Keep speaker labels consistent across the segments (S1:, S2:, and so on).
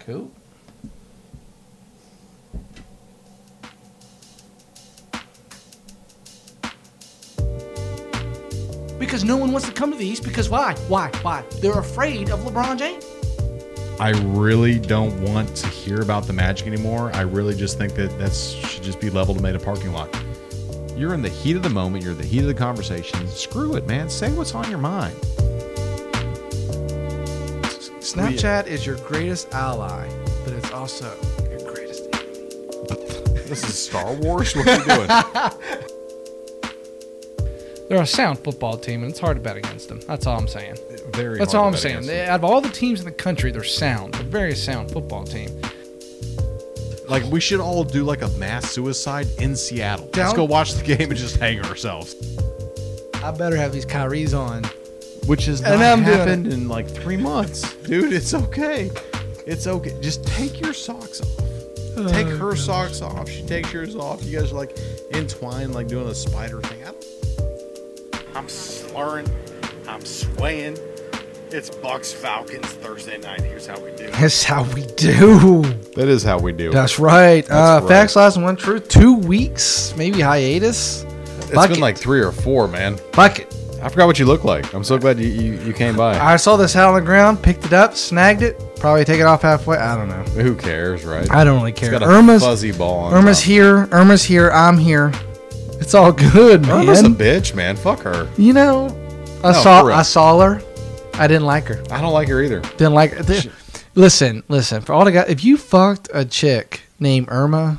S1: Cool. Because no one wants to come to the East because why? Why? Why? They're afraid of LeBron James.
S2: I really don't want to hear about the Magic anymore. I really just think that that should just be leveled and made a parking lot. You're in the heat of the moment. You're in the heat of the conversation. Screw it, man. Say what's on your mind.
S3: Snapchat is your greatest ally, but it's also your greatest enemy.
S2: This is Star Wars. What are you doing?
S1: They're a sound football team, and it's hard to bet against them. That's all I'm saying.
S2: Very
S1: That's all
S2: hard
S1: I'm
S2: to bet
S1: saying.
S2: against
S1: They-
S2: them.
S1: out of all the teams in the country, they're sound. They're very sound football team.
S2: Like we should all do like a mass suicide in Seattle. Let's
S3: Down-
S2: go watch the game and just hang ourselves.
S3: I better have these Kyries on.
S2: Which has
S3: And
S2: not
S3: I'm doing
S2: happened in like three months, dude. It's okay. It's okay. Just take your socks off. Take
S3: Oh,
S2: her socks off. She takes yours off. You guys are like entwined, like doing a spider thing. I-
S4: I'm slurring. I'm swaying. It's Bucks Falcons Thursday night. Here's how we do it.
S3: That's how we do.
S2: That is how we do. it.
S3: That's right. uh,
S2: right.
S3: Facts, lies, and one truth. Two weeks, maybe hiatus.
S2: It's
S3: Bucket.
S2: been like three or four, man.
S3: Bucket.
S2: I forgot what you look like. I'm so glad you you, you came by.
S3: I saw this hat on the ground, picked it up, snagged it. Probably take it off halfway. I don't know.
S2: Who cares, right?
S3: I don't really
S2: It's
S3: care.
S2: got a
S3: Irma's
S2: fuzzy ball. On
S3: Irma's
S2: top.
S3: here. Irma's here. I'm here. It's all good, man.
S2: Irma's a bitch, man. Fuck her.
S3: you know, I
S2: No, for
S3: saw
S2: real.
S3: I saw her. I didn't like her.
S2: I don't like her either.
S3: Didn't like her. Th- Listen, listen. For all the guys, if you fucked a chick named Irma,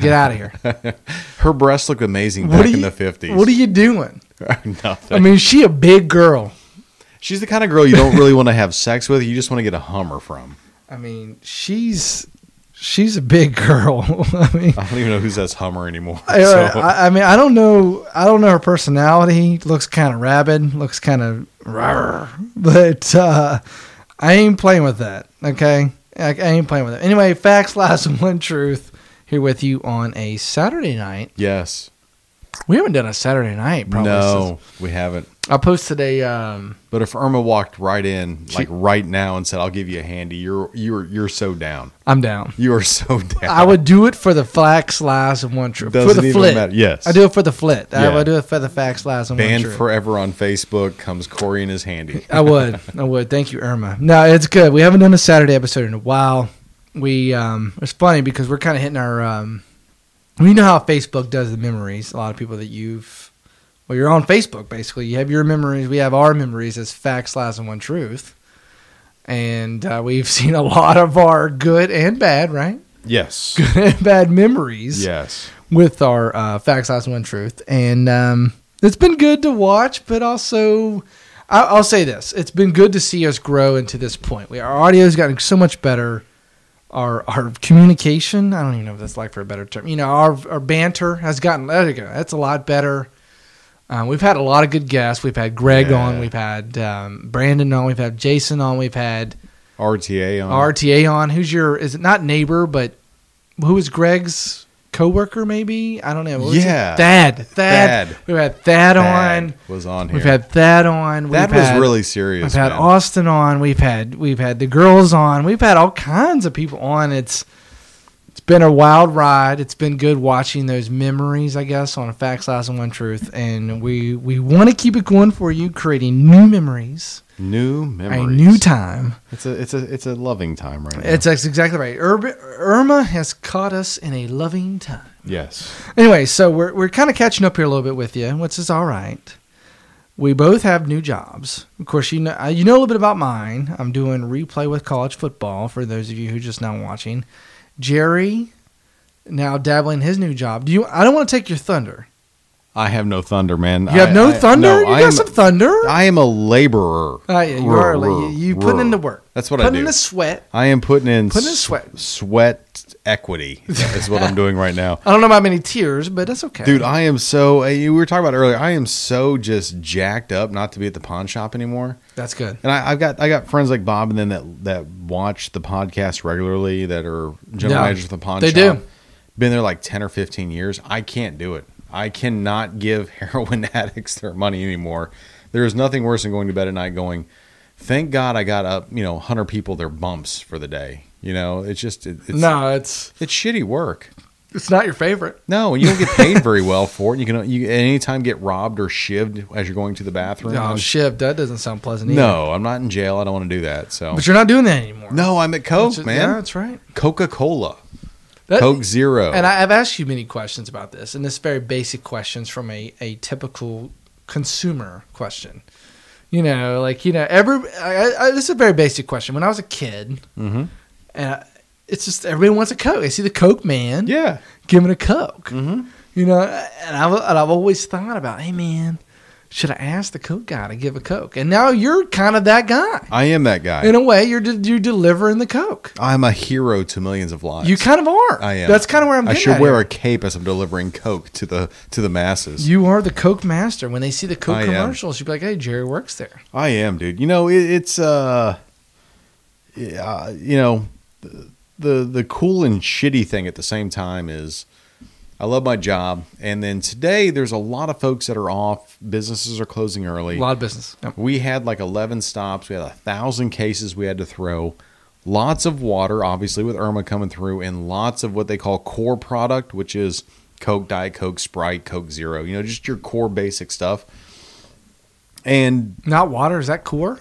S3: get out of here.
S2: Her breasts looked amazing
S3: What
S2: back
S3: are you?
S2: in the 50s.
S3: What are you doing?
S2: Nothing.
S3: I mean, she a big girl.
S2: She's the kind of girl you don't really want to have sex with. You just want to get a Hummer from.
S3: I mean, she's she's a big girl. I mean,
S2: I don't even know who says Hummer anymore.
S3: I,
S2: so,
S3: I, I mean, I don't know. I don't know her personality. Looks kind of rabid. Looks kind of rawr. But uh, I ain't playing with that. Okay, I, I ain't playing with it. Anyway, facts, lies, and one truth. Here with you on a Saturday night.
S2: yes.
S3: We haven't done a Saturday night. Probably
S2: no, we haven't.
S3: since- I posted a. Um,
S2: But if Irma walked right in,
S3: She-
S2: like right now, and said, "I'll give you a handy," you're you're you're so down.
S3: I'm down.
S2: You are so down.
S3: I would do it for the facts, lies, and one truth.
S2: Doesn't
S3: for the
S2: even
S3: flit.
S2: matter. Yes.
S3: I do it for the flit. I
S2: Yeah.
S3: would do it for the facts, lies, and one
S2: Banned
S3: truth.
S2: forever on Facebook comes Corey and his handy.
S3: I would. I would. Thank you, Irma. No, it's good. We haven't done a Saturday episode in a while. We um it's funny because we're kind of hitting our um we know how Facebook does the memories. A lot of people that you've well, you're on Facebook basically. You have your memories. We have our memories as facts, lies, and one truth. And uh, we've seen a lot of our good and bad, right?
S2: Yes.
S3: Good and bad memories
S2: yes.
S3: with our uh, facts, lies, and one truth, and um, it's been good to watch. But also, I- I'll say this: it's been good to see us grow into this point. We our audio's gotten so much better. Our our communication, I don't even know if that's like for a better term. You know, our our banter has gotten there you go. That's a lot better. Um, we've had a lot of good guests. We've had Greg
S2: Yeah.
S3: on. We've had um, Brandon on. We've had Jason on. We've had
S2: RTA on.
S3: RTA on. Who's your? Is it not neighbor, but who is Greg's coworker? Maybe I don't know. What was it?
S2: Yeah.
S3: Thad. Thad.
S2: Thad.
S3: We've had Thad,
S2: Thad
S3: on.
S2: was on here.
S3: We've had Thad on.
S2: that
S3: we've
S2: was
S3: had,
S2: really serious.
S3: We've had
S2: man.
S3: Austin on. We've had we've had the girls on. We've had all kinds of people on. It's it's been a wild ride. It's been good watching those memories, I guess, on Facts, Lies, and One Truth. And we we want to keep it going for you, creating new memories,
S2: new memories.
S3: a new time.
S2: It's a it's a it's a loving time right now.
S3: It's that's exactly right. Irma, Irma has caught us in a loving time.
S2: yes.
S3: Anyway, so we're we're kind of catching up here a little bit with you, which is all right. We both have new jobs. Of course, you know uh, you know a little bit about mine. I'm doing replay with college football for those of you who are just now watching. Jerry now dabbling in his new job. Do you? I don't want to take your thunder.
S2: I have no thunder, man.
S3: You have
S2: I-
S3: no
S2: I-
S3: thunder.
S2: no,
S3: you
S2: I
S3: got
S2: am-
S3: some thunder.
S2: I am a laborer.
S3: Uh, yeah, you are.
S2: Rrr,
S3: You, you
S2: rrr,
S3: putting in the
S2: rrr.
S3: work.
S2: That's what I
S3: putting in
S2: do.
S3: the sweat.
S2: I am putting in
S3: Putting in
S2: s-
S3: sweat.
S2: Sweat equity is what I'm doing right now.
S3: I don't know about many tears, but that's okay,
S2: Dude, I am so. uh, you- We were talking about earlier. I am so just jacked up not to be at the pawn shop anymore.
S3: That's good.
S2: And I, I've got I got friends like Bob and them that that watch the podcast regularly that are general
S3: Yeah,
S2: managers of the pawn
S3: they
S2: shop.
S3: do.
S2: Been there like ten or fifteen years. I can't do it. I cannot give heroin addicts their money anymore. There is nothing worse than going to bed at night going, thank God I got up, you know, 100 people their bumps for the day. You know, it's just, it, it's,
S3: no, it's
S2: it's shitty work.
S3: it's not your favorite.
S2: No, and you don't get paid very well for it. You can you at any time get robbed or shivved as you're going to the bathroom.
S3: Oh,
S2: I'm-
S3: shit, that doesn't sound pleasant. Either.
S2: no, I'm not in jail. I don't want to do that. So
S3: but you're not doing that anymore.
S2: no, I'm at
S3: That's
S2: Coke,
S3: it-
S2: man.
S3: Yeah, that's right.
S2: Coca Cola,
S3: That-
S2: Coke Zero.
S3: And I, I've asked you many questions about this, and this very basic questions from a, a typical consumer question. You know, like you know, every I, I, this is a very basic question. When I was a kid,
S2: Mhm.
S3: and I, it's just everybody wants a Coke. They see the Coke man,
S2: yeah,
S3: give it a Coke.
S2: Mhm.
S3: You know, and I've and I've always thought about, hey man, should I ask the Coke guy to give a Coke? And now you're kind of that guy
S2: I am that guy.
S3: in a way. You're de- you're delivering the Coke.
S2: I'm a hero to millions of lives.
S3: You kind of are.
S2: I am.
S3: That's kind of where I'm.
S2: I
S3: getting
S2: should
S3: at
S2: wear
S3: here.
S2: a cape as I'm delivering Coke to the to the masses.
S3: You are the Coke master. When they see the Coke
S2: I am.
S3: commercials, you'd be like, "Hey, Jerry works there."
S2: I am, dude. You know, it, it's uh, yeah, you know, the the cool and shitty thing at the same time is I love my job, and then today there's a lot of folks that are off. Businesses are closing
S3: A
S2: early.
S3: lot of business. Yep.
S2: We had like 11 stops. We had a thousand cases we had to throw. Lots of water, obviously, with Irma coming through, and lots of what they call core product, which is Coke, Diet Coke, Sprite, Coke Zero. You know, just your core basic stuff. And
S3: Not water. Is that core?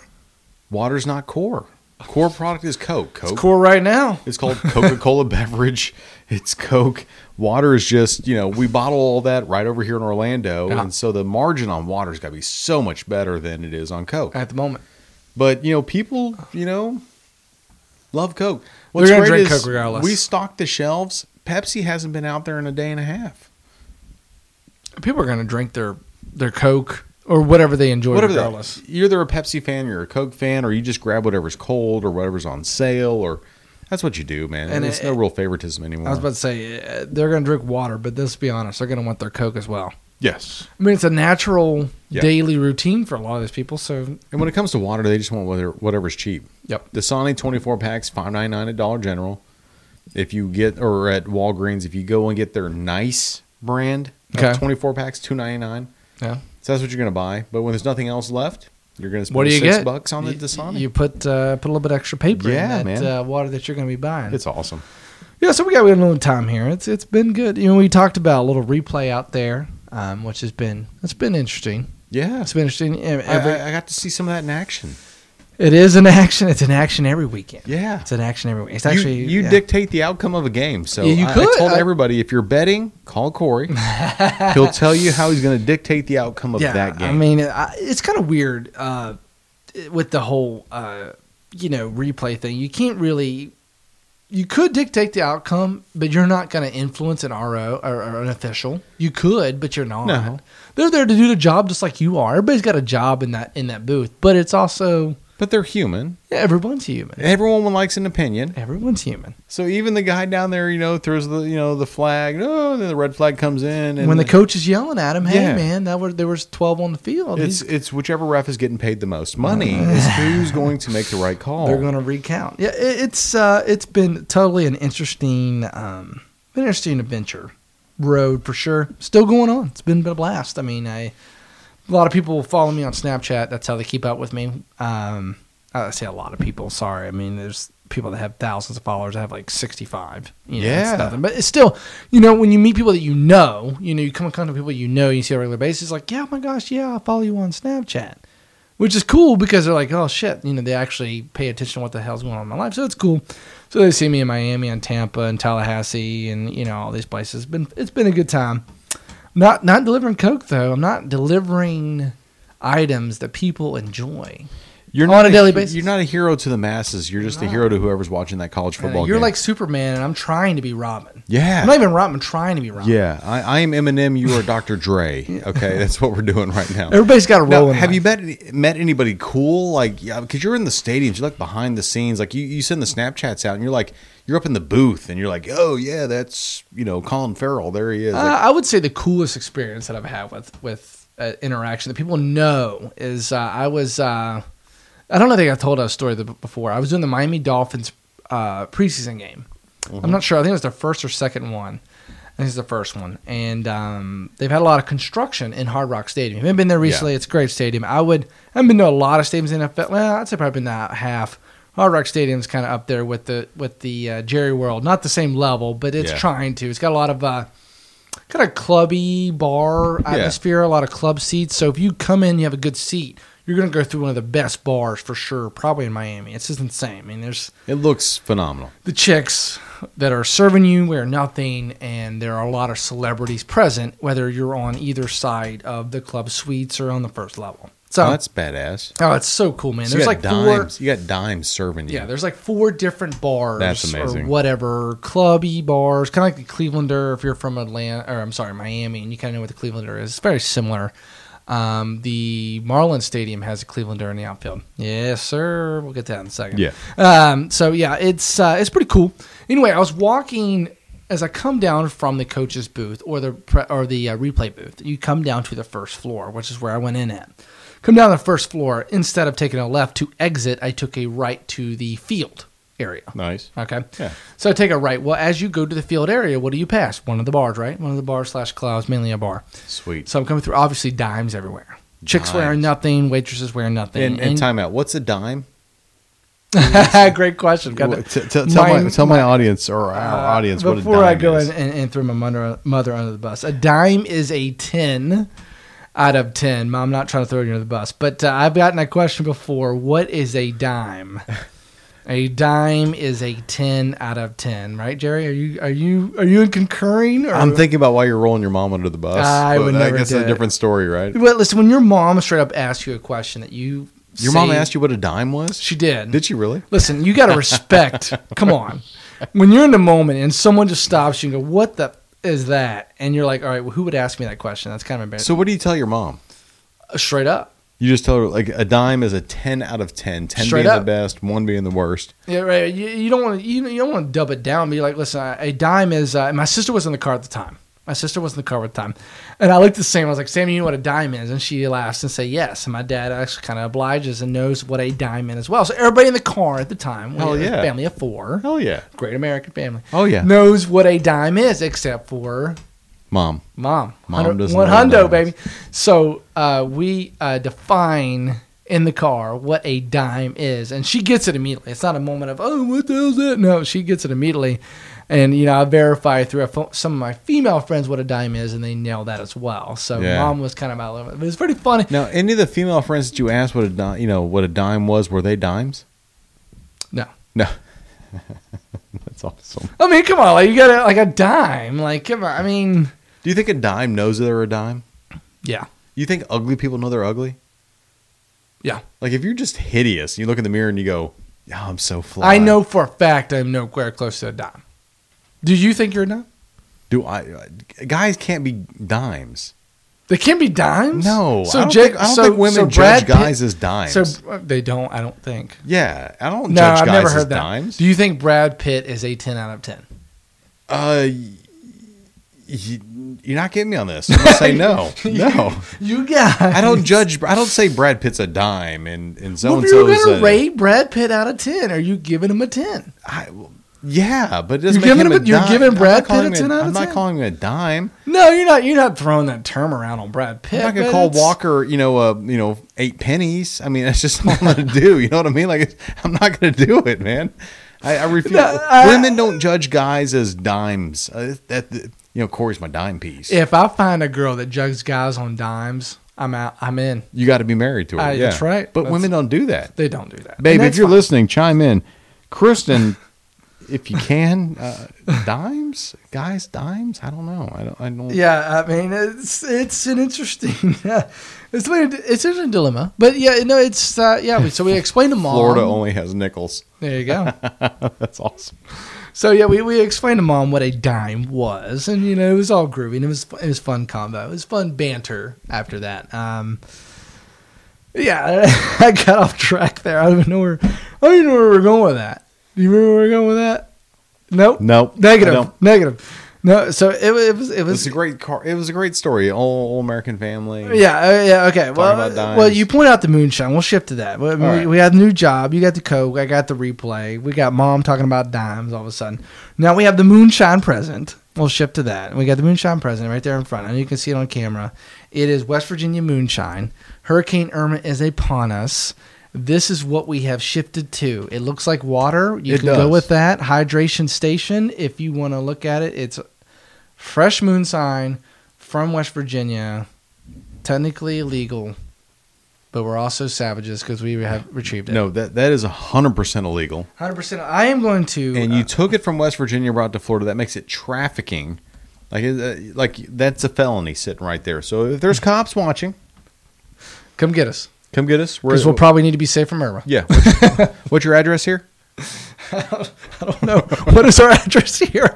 S2: water's not core. Core product is Coke. Coke.
S3: It's core right now.
S2: It's called Coca Cola beverage. It's Coke. Water is just you know we bottle all that right over here in Orlando,
S3: Yeah.
S2: and so the margin on water's got to be so much better than it is on Coke.
S3: At the moment,
S2: But you know, people, you know, love Coke.
S3: They're gonna drink Coke regardless.
S2: We stock the shelves. Pepsi hasn't been out there in a day and a half.
S3: people are going to drink their their Coke or whatever they enjoy,
S2: Whatever that-
S3: regardless.
S2: You're either a Pepsi fan, you're a Coke fan, or you just grab whatever's cold or whatever's on sale, or that's what you do, man.
S3: And
S2: And it's
S3: it-
S2: no real favoritism anymore.
S3: I was about to say uh, they're going to drink water, but let's be honest, they're going to want their Coke as well.
S2: yes.
S3: I mean, it's a natural
S2: Yeah.
S3: daily routine for a lot of these people. So
S2: And when it comes to water, they just want whatever, whatever's cheap.
S3: Yep.
S2: Dasani 24 packs, 5.99 at Dollar General. If you get or at Walgreens, if you go and get their nice brand, of
S3: Okay.
S2: 24 packs, 2.99.
S3: Yeah.
S2: So that's what you're going to buy. But when there's nothing else left, you're going to spend
S3: what do you
S2: six
S3: get?
S2: bucks on the
S3: You-
S2: Dasani.
S3: You put uh, put a little bit extra paper
S2: Yeah,
S3: in that
S2: man.
S3: uh, water that you're going to be buying.
S2: it's awesome.
S3: Yeah, so we got we had a little time here. It's it's been good. You know, we talked about a little replay out there, um, which has been it's been interesting.
S2: Yeah.
S3: It's been interesting. And
S2: I,
S3: Every,
S2: I- I got to see some of that in action.
S3: it is an action. It's an action every weekend.
S2: Yeah.
S3: It's an action every week. It's
S2: You-
S3: actually
S2: you,
S3: yeah.
S2: dictate the outcome of a game. So
S3: Yeah, you
S2: I, I
S3: could.
S2: told
S3: I-
S2: everybody if you're betting, call Corey. He'll tell you how he's going to dictate the outcome of
S3: yeah,
S2: that game.
S3: I mean, I, it's kind of weird uh, with the whole uh, you know replay thing. You can't really. You could dictate the outcome, but you're not going to influence an RO or, or an official. You could, but you're not.
S2: No.
S3: They're there to do the job, just like you are. Everybody's got a job in that in that booth, but it's also
S2: but they're human.
S3: yeah, everyone's human.
S2: Everyone likes an opinion.
S3: Everyone's human.
S2: So even the guy down there, you know, throws the you know the flag. Oh, and then the red flag comes in, and
S3: when the coach is yelling at him, "Hey,
S2: Yeah.
S3: man, that were there was twelve on the field."
S2: it's
S3: He's,
S2: it's whichever ref is getting paid the most money is who's going to make the right call.
S3: Uh. they're going to recount. Yeah, it, it's uh, it's been totally an interesting, um, an interesting adventure road for sure. Still going on. It's been a blast. I mean, I a lot of people follow me on Snapchat. That's how they keep up with me. Um, I say a lot of people. Sorry, I mean there's people that have thousands of followers. I have like sixty five. You know,
S2: Yeah.
S3: it's nothing. But it's still, you know, when you meet people that you know, you know, you come in contact with people you know, you see on a regular basis. Like, yeah, oh my gosh, yeah, I follow you on Snapchat, which is cool because they're like, oh shit, you know, they actually pay attention to what the hell's going on in my life. So it's cool. So they see me in Miami and Tampa and Tallahassee and you know all these places. It's been it's been a good time. Not not delivering coke though. I'm not delivering items that people enjoy.
S2: you're
S3: on a daily
S2: he-
S3: basis.
S2: You're not a hero to the masses. You're just a hero to whoever's watching that college football.
S3: You're
S2: game.
S3: like Superman, and I'm trying to be Robin.
S2: yeah,
S3: I'm not even Robin. I'm trying to be Robin.
S2: yeah. I, I am Eminem. You are Dr. Dre. Okay, that's what we're doing right now.
S3: Everybody's got a role.
S2: Now,
S3: in
S2: have
S3: life.
S2: you met met anybody cool? Like, yeah, because you're in the stadiums, you look behind the scenes. Like, you, you send the Snapchats out, and you're like, you're up in the booth, and you're like, oh yeah, that's you know Colin Farrell. There he is.
S3: Uh, I would say the coolest experience that I've had with with uh, interaction that people know is uh, I was uh, I don't know think I told a story the, before. I was doing the
S2: Mm-hmm.
S3: Miami Dolphins uh, preseason game. I'm not sure. I think it was their first or second one, This is the first one, and um, they've had a lot of construction in Hard Rock Stadium. If you haven't been there recently, it's a great stadium. I would. I've been to a lot of stadiums in NFL. Well, I'd say probably been to half. Hard Rock Stadium's kind of up there with the with the uh, Jerry World. Not the same level, but it's
S2: Yeah.
S3: trying to. It's got a lot of uh, kind of clubby bar atmosphere. A lot of club seats. So if you come in, you have a good seat. You're going to go through one of the best bars for sure, probably in Miami. It's just insane. I mean, there's
S2: It looks phenomenal.
S3: the chicks that are serving you wear nothing, and there are a lot of celebrities present, whether you're on either side of the club suites or on the first level. So,
S2: Oh, that's badass.
S3: oh, it's so cool, man.
S2: So you
S3: there's
S2: got
S3: like four,
S2: dimes. You got dimes serving you.
S3: yeah, there's like four different bars
S2: That's
S3: or
S2: amazing.
S3: whatever clubby bars, kind of like the Clevelander. If you're from Atlanta, or I'm sorry, Miami, and you kind of know what the Clevelander is, it's very similar. Um, the Marlins Stadium has a Clevelander in the outfield. Yes, sir. We'll get to that in a second.
S2: Yeah.
S3: Um, so yeah, it's uh, it's pretty cool. Anyway, I was walking as I come down from the coach's booth or the pre- or the uh, replay booth. You come down to the first floor, which is where I went in at. Come down to the first floor. Instead of taking a left to exit, I took a right to the field area.
S2: nice.
S3: Okay.
S2: Yeah.
S3: So I take a right. Well, as you go to the field area, what do you pass? One of the bars, right? One of the bars slash clouds, mainly a bar.
S2: Sweet.
S3: So I'm coming through. Obviously, dimes everywhere. Chicks
S2: Dimes.
S3: wearing nothing. Waitresses wearing nothing.
S2: and, and timeout. What's a dime?
S3: great question. Got
S2: Well,
S3: it.
S2: t- t- tell my,
S3: Mine-
S2: tell my audience or our
S3: Uh,
S2: audience what a
S3: before
S2: dime
S3: I go
S2: is.
S3: in and, and throw my mother, mother under the bus. A dime is a ten out of ten. Mom, I'm not trying to throw you under the bus, but uh, I've gotten a question before. What is a dime? a dime is a ten out of ten, right, Jerry? Are you are you are you in concurring? Or?
S2: I'm thinking about why you're rolling your mom under the bus.
S3: I
S2: but
S3: would
S2: I
S3: never
S2: guess
S3: do
S2: it's a
S3: it.
S2: different story, right?
S3: Well, listen. When your mom straight up asks you a question that you
S2: Your mom asked you what a dime was.
S3: she did.
S2: Did she really?
S3: Listen, you got to respect. come on. When you're in the moment and someone just stops you and go, "What the is that?" and you're like, "All right, well, who would ask me that question?" That's kind of embarrassing.
S2: So what do you tell your mom?
S3: Straight up.
S2: You just tell her like a dime is a ten out of ten. Ten
S3: Straight
S2: being the
S3: up.
S2: best, one being the worst.
S3: Yeah, right. You, you don't want to you, you don't want to dub it down. Be like, listen, I- a dime is. Uh, and my sister was in the car at the time. My sister was in the car at the time, and I looked at Sam. I was like, Sam, you know what a dime is? And she laughs and said, yes. And my dad actually kind of obliges and knows what a dime is as well. So everybody in the car at the time, we
S2: Hell
S3: had a
S2: yeah.
S3: family of four,
S2: Hell yeah,
S3: great American family.
S2: Oh, yeah.
S3: knows what a dime is, except for
S2: mom.
S3: mom.
S2: Mom
S3: Hundred-
S2: doesn't
S3: one
S2: know what a
S3: hundo,
S2: dime
S3: baby. So uh, we uh, define in the car what a dime is, and she gets it immediately. It's not a moment of oh, what the hell's that? No, she gets it immediately, and you know I verify through a pho- some of my female friends what a dime is, and they nail that as well. So
S2: Yeah.
S3: mom was kind of out of it, but it's pretty funny.
S2: Now, any of the female friends that you asked what a dime, you know what a dime was, were they dimes?
S3: No.
S2: No. That's awesome.
S3: I mean, come on, like you got to like a dime, like come on. I mean,
S2: Do you think a dime knows that they're a dime?
S3: yeah,
S2: You think ugly people know they're ugly?
S3: yeah.
S2: Like if you're just hideous, you look in the mirror and you go, "Oh, I'm so fly."
S3: I know for a fact I'm nowhere close to a dime. Do you think you're a dime?
S2: Do I? uh, Guys can't be dimes.
S3: They can be dimes.
S2: No,
S3: So
S2: I don't,
S3: Jake,
S2: think, I don't
S3: so,
S2: think women
S3: so
S2: judge
S3: Brad
S2: guys as
S3: Pitt,
S2: dimes.
S3: so uh, they don't. I don't think.
S2: yeah, I don't
S3: No,
S2: judge
S3: I've
S2: guys
S3: never
S2: as
S3: heard that.
S2: dimes.
S3: Do you think Brad Pitt is a ten out of ten?
S2: uh, y- y- you're not getting me on this. I'm gonna say no, no.
S3: You got.
S2: I don't judge. I don't say Brad Pitt's a dime, and and so
S3: Well,
S2: and
S3: if you're
S2: so's
S3: gonna
S2: a.
S3: rate Brad Pitt out of ten, are you giving him a ten?
S2: I- well, yeah, but it doesn't
S3: You're
S2: make
S3: giving
S2: him a
S3: him a- you're
S2: dime.
S3: giving
S2: I'm not
S3: Brad Pitt
S2: calling
S3: a
S2: him
S3: 10 out of
S2: I'm not
S3: 10?
S2: calling him a dime.
S3: No, you're not. You're not throwing that term around on Brad Pitt.
S2: I'm not
S3: but
S2: gonna call
S3: it's-
S2: Walker, you know, uh, you know, eight pennies. I mean, that's just all I'm gonna do. You know what I mean? Like, it's- I'm not gonna do it, man. I, I refuse.
S3: No, I-
S2: Women don't judge guys as dimes. Uh, that that- you know, Corey's my dime piece.
S3: If I find a girl that judges guys on dimes, I'm out. I'm in.
S2: you got to be married to her.
S3: Uh,
S2: yeah.
S3: that's right.
S2: But
S3: That's-
S2: women don't do that,
S3: They don't do that, And
S2: baby. If
S3: that's
S2: you're
S3: fine.
S2: listening, chime in, Kristen. if you can, uh, dimes, guys, dimes. I don't know. I don't. I don't.
S3: Yeah, I mean it's it's an interesting uh, it's weird, it's a dilemma, but yeah, no, it's uh, yeah. We, so we explained to mom.
S2: Florida only has nickels.
S3: There you go.
S2: That's awesome.
S3: so yeah, we, we explained to mom what a dime was, and you know it was all groovy, and it was it was fun combo, it was fun banter after that. Um, yeah, I got off track there. I don't even know where I don't even know where we we're going with that. Do you remember where we we're going with that? Nope.
S2: Nope. I
S3: Negative.
S2: don't.
S3: Negative. No. So it, wa- it was it
S2: It
S3: was
S2: was a great car. It was a great story. All, all American Family.
S3: Yeah, uh, yeah, okay. Well,
S2: about dimes.
S3: well, you point out the moonshine. We'll shift to that. We, we,
S2: right.
S3: we had a new job. You got the coke. I got the replay. We got mom talking about dimes all of a sudden. Now we have the moonshine present. We'll shift to that. We got the moonshine president right there in front. I know you can see it on camera. It is West Virginia moonshine. Hurricane Irma is upon us. This is what we have shifted to. It looks like water. You
S2: It
S3: can go
S2: does.
S3: with that. Hydration station. If you want to look at it, it's fresh moonshine from West Virginia, technically illegal, but we're also savages because we have retrieved it.
S2: No, that that is hundred percent illegal.
S3: hundred percent. I am going to. uh,
S2: And you took it from West Virginia, brought it to Florida. That makes it trafficking. Like, it- uh, like that's a felony sitting right there. So if there's cops watching,
S3: come get us
S2: come get us. We're-
S3: because we'll probably need to be safe from Irma.
S2: yeah. What's your, what's your address here?
S3: I don't know what is our address here.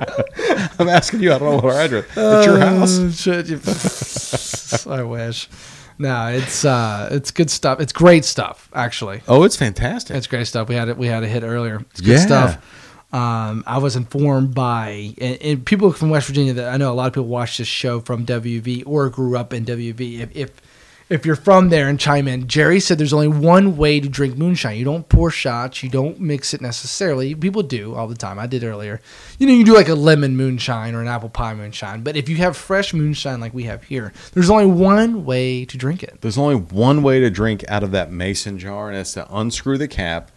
S2: I'm asking you. I don't know what our address. It's your house.
S3: Uh, shit, you- I wish. No, it's uh, it's good stuff. It's great stuff, actually.
S2: Oh, it's fantastic.
S3: It's great stuff. We had it. We had a hit earlier. It's good
S2: Yeah.
S3: stuff. Um, I was informed by and, and people from West Virginia that I know a lot of people watch this show from WV or grew up in WV. If if, if you're from there and chime in, Jerry said there's only one way to drink moonshine. You don't pour shots. You don't mix it necessarily. People do all the time. I did earlier. You know, you do like a lemon moonshine or an apple pie moonshine. But if you have fresh moonshine like we have here, there's only one way to drink it.
S2: There's only one way to drink out of that mason jar, and that's to unscrew the cap,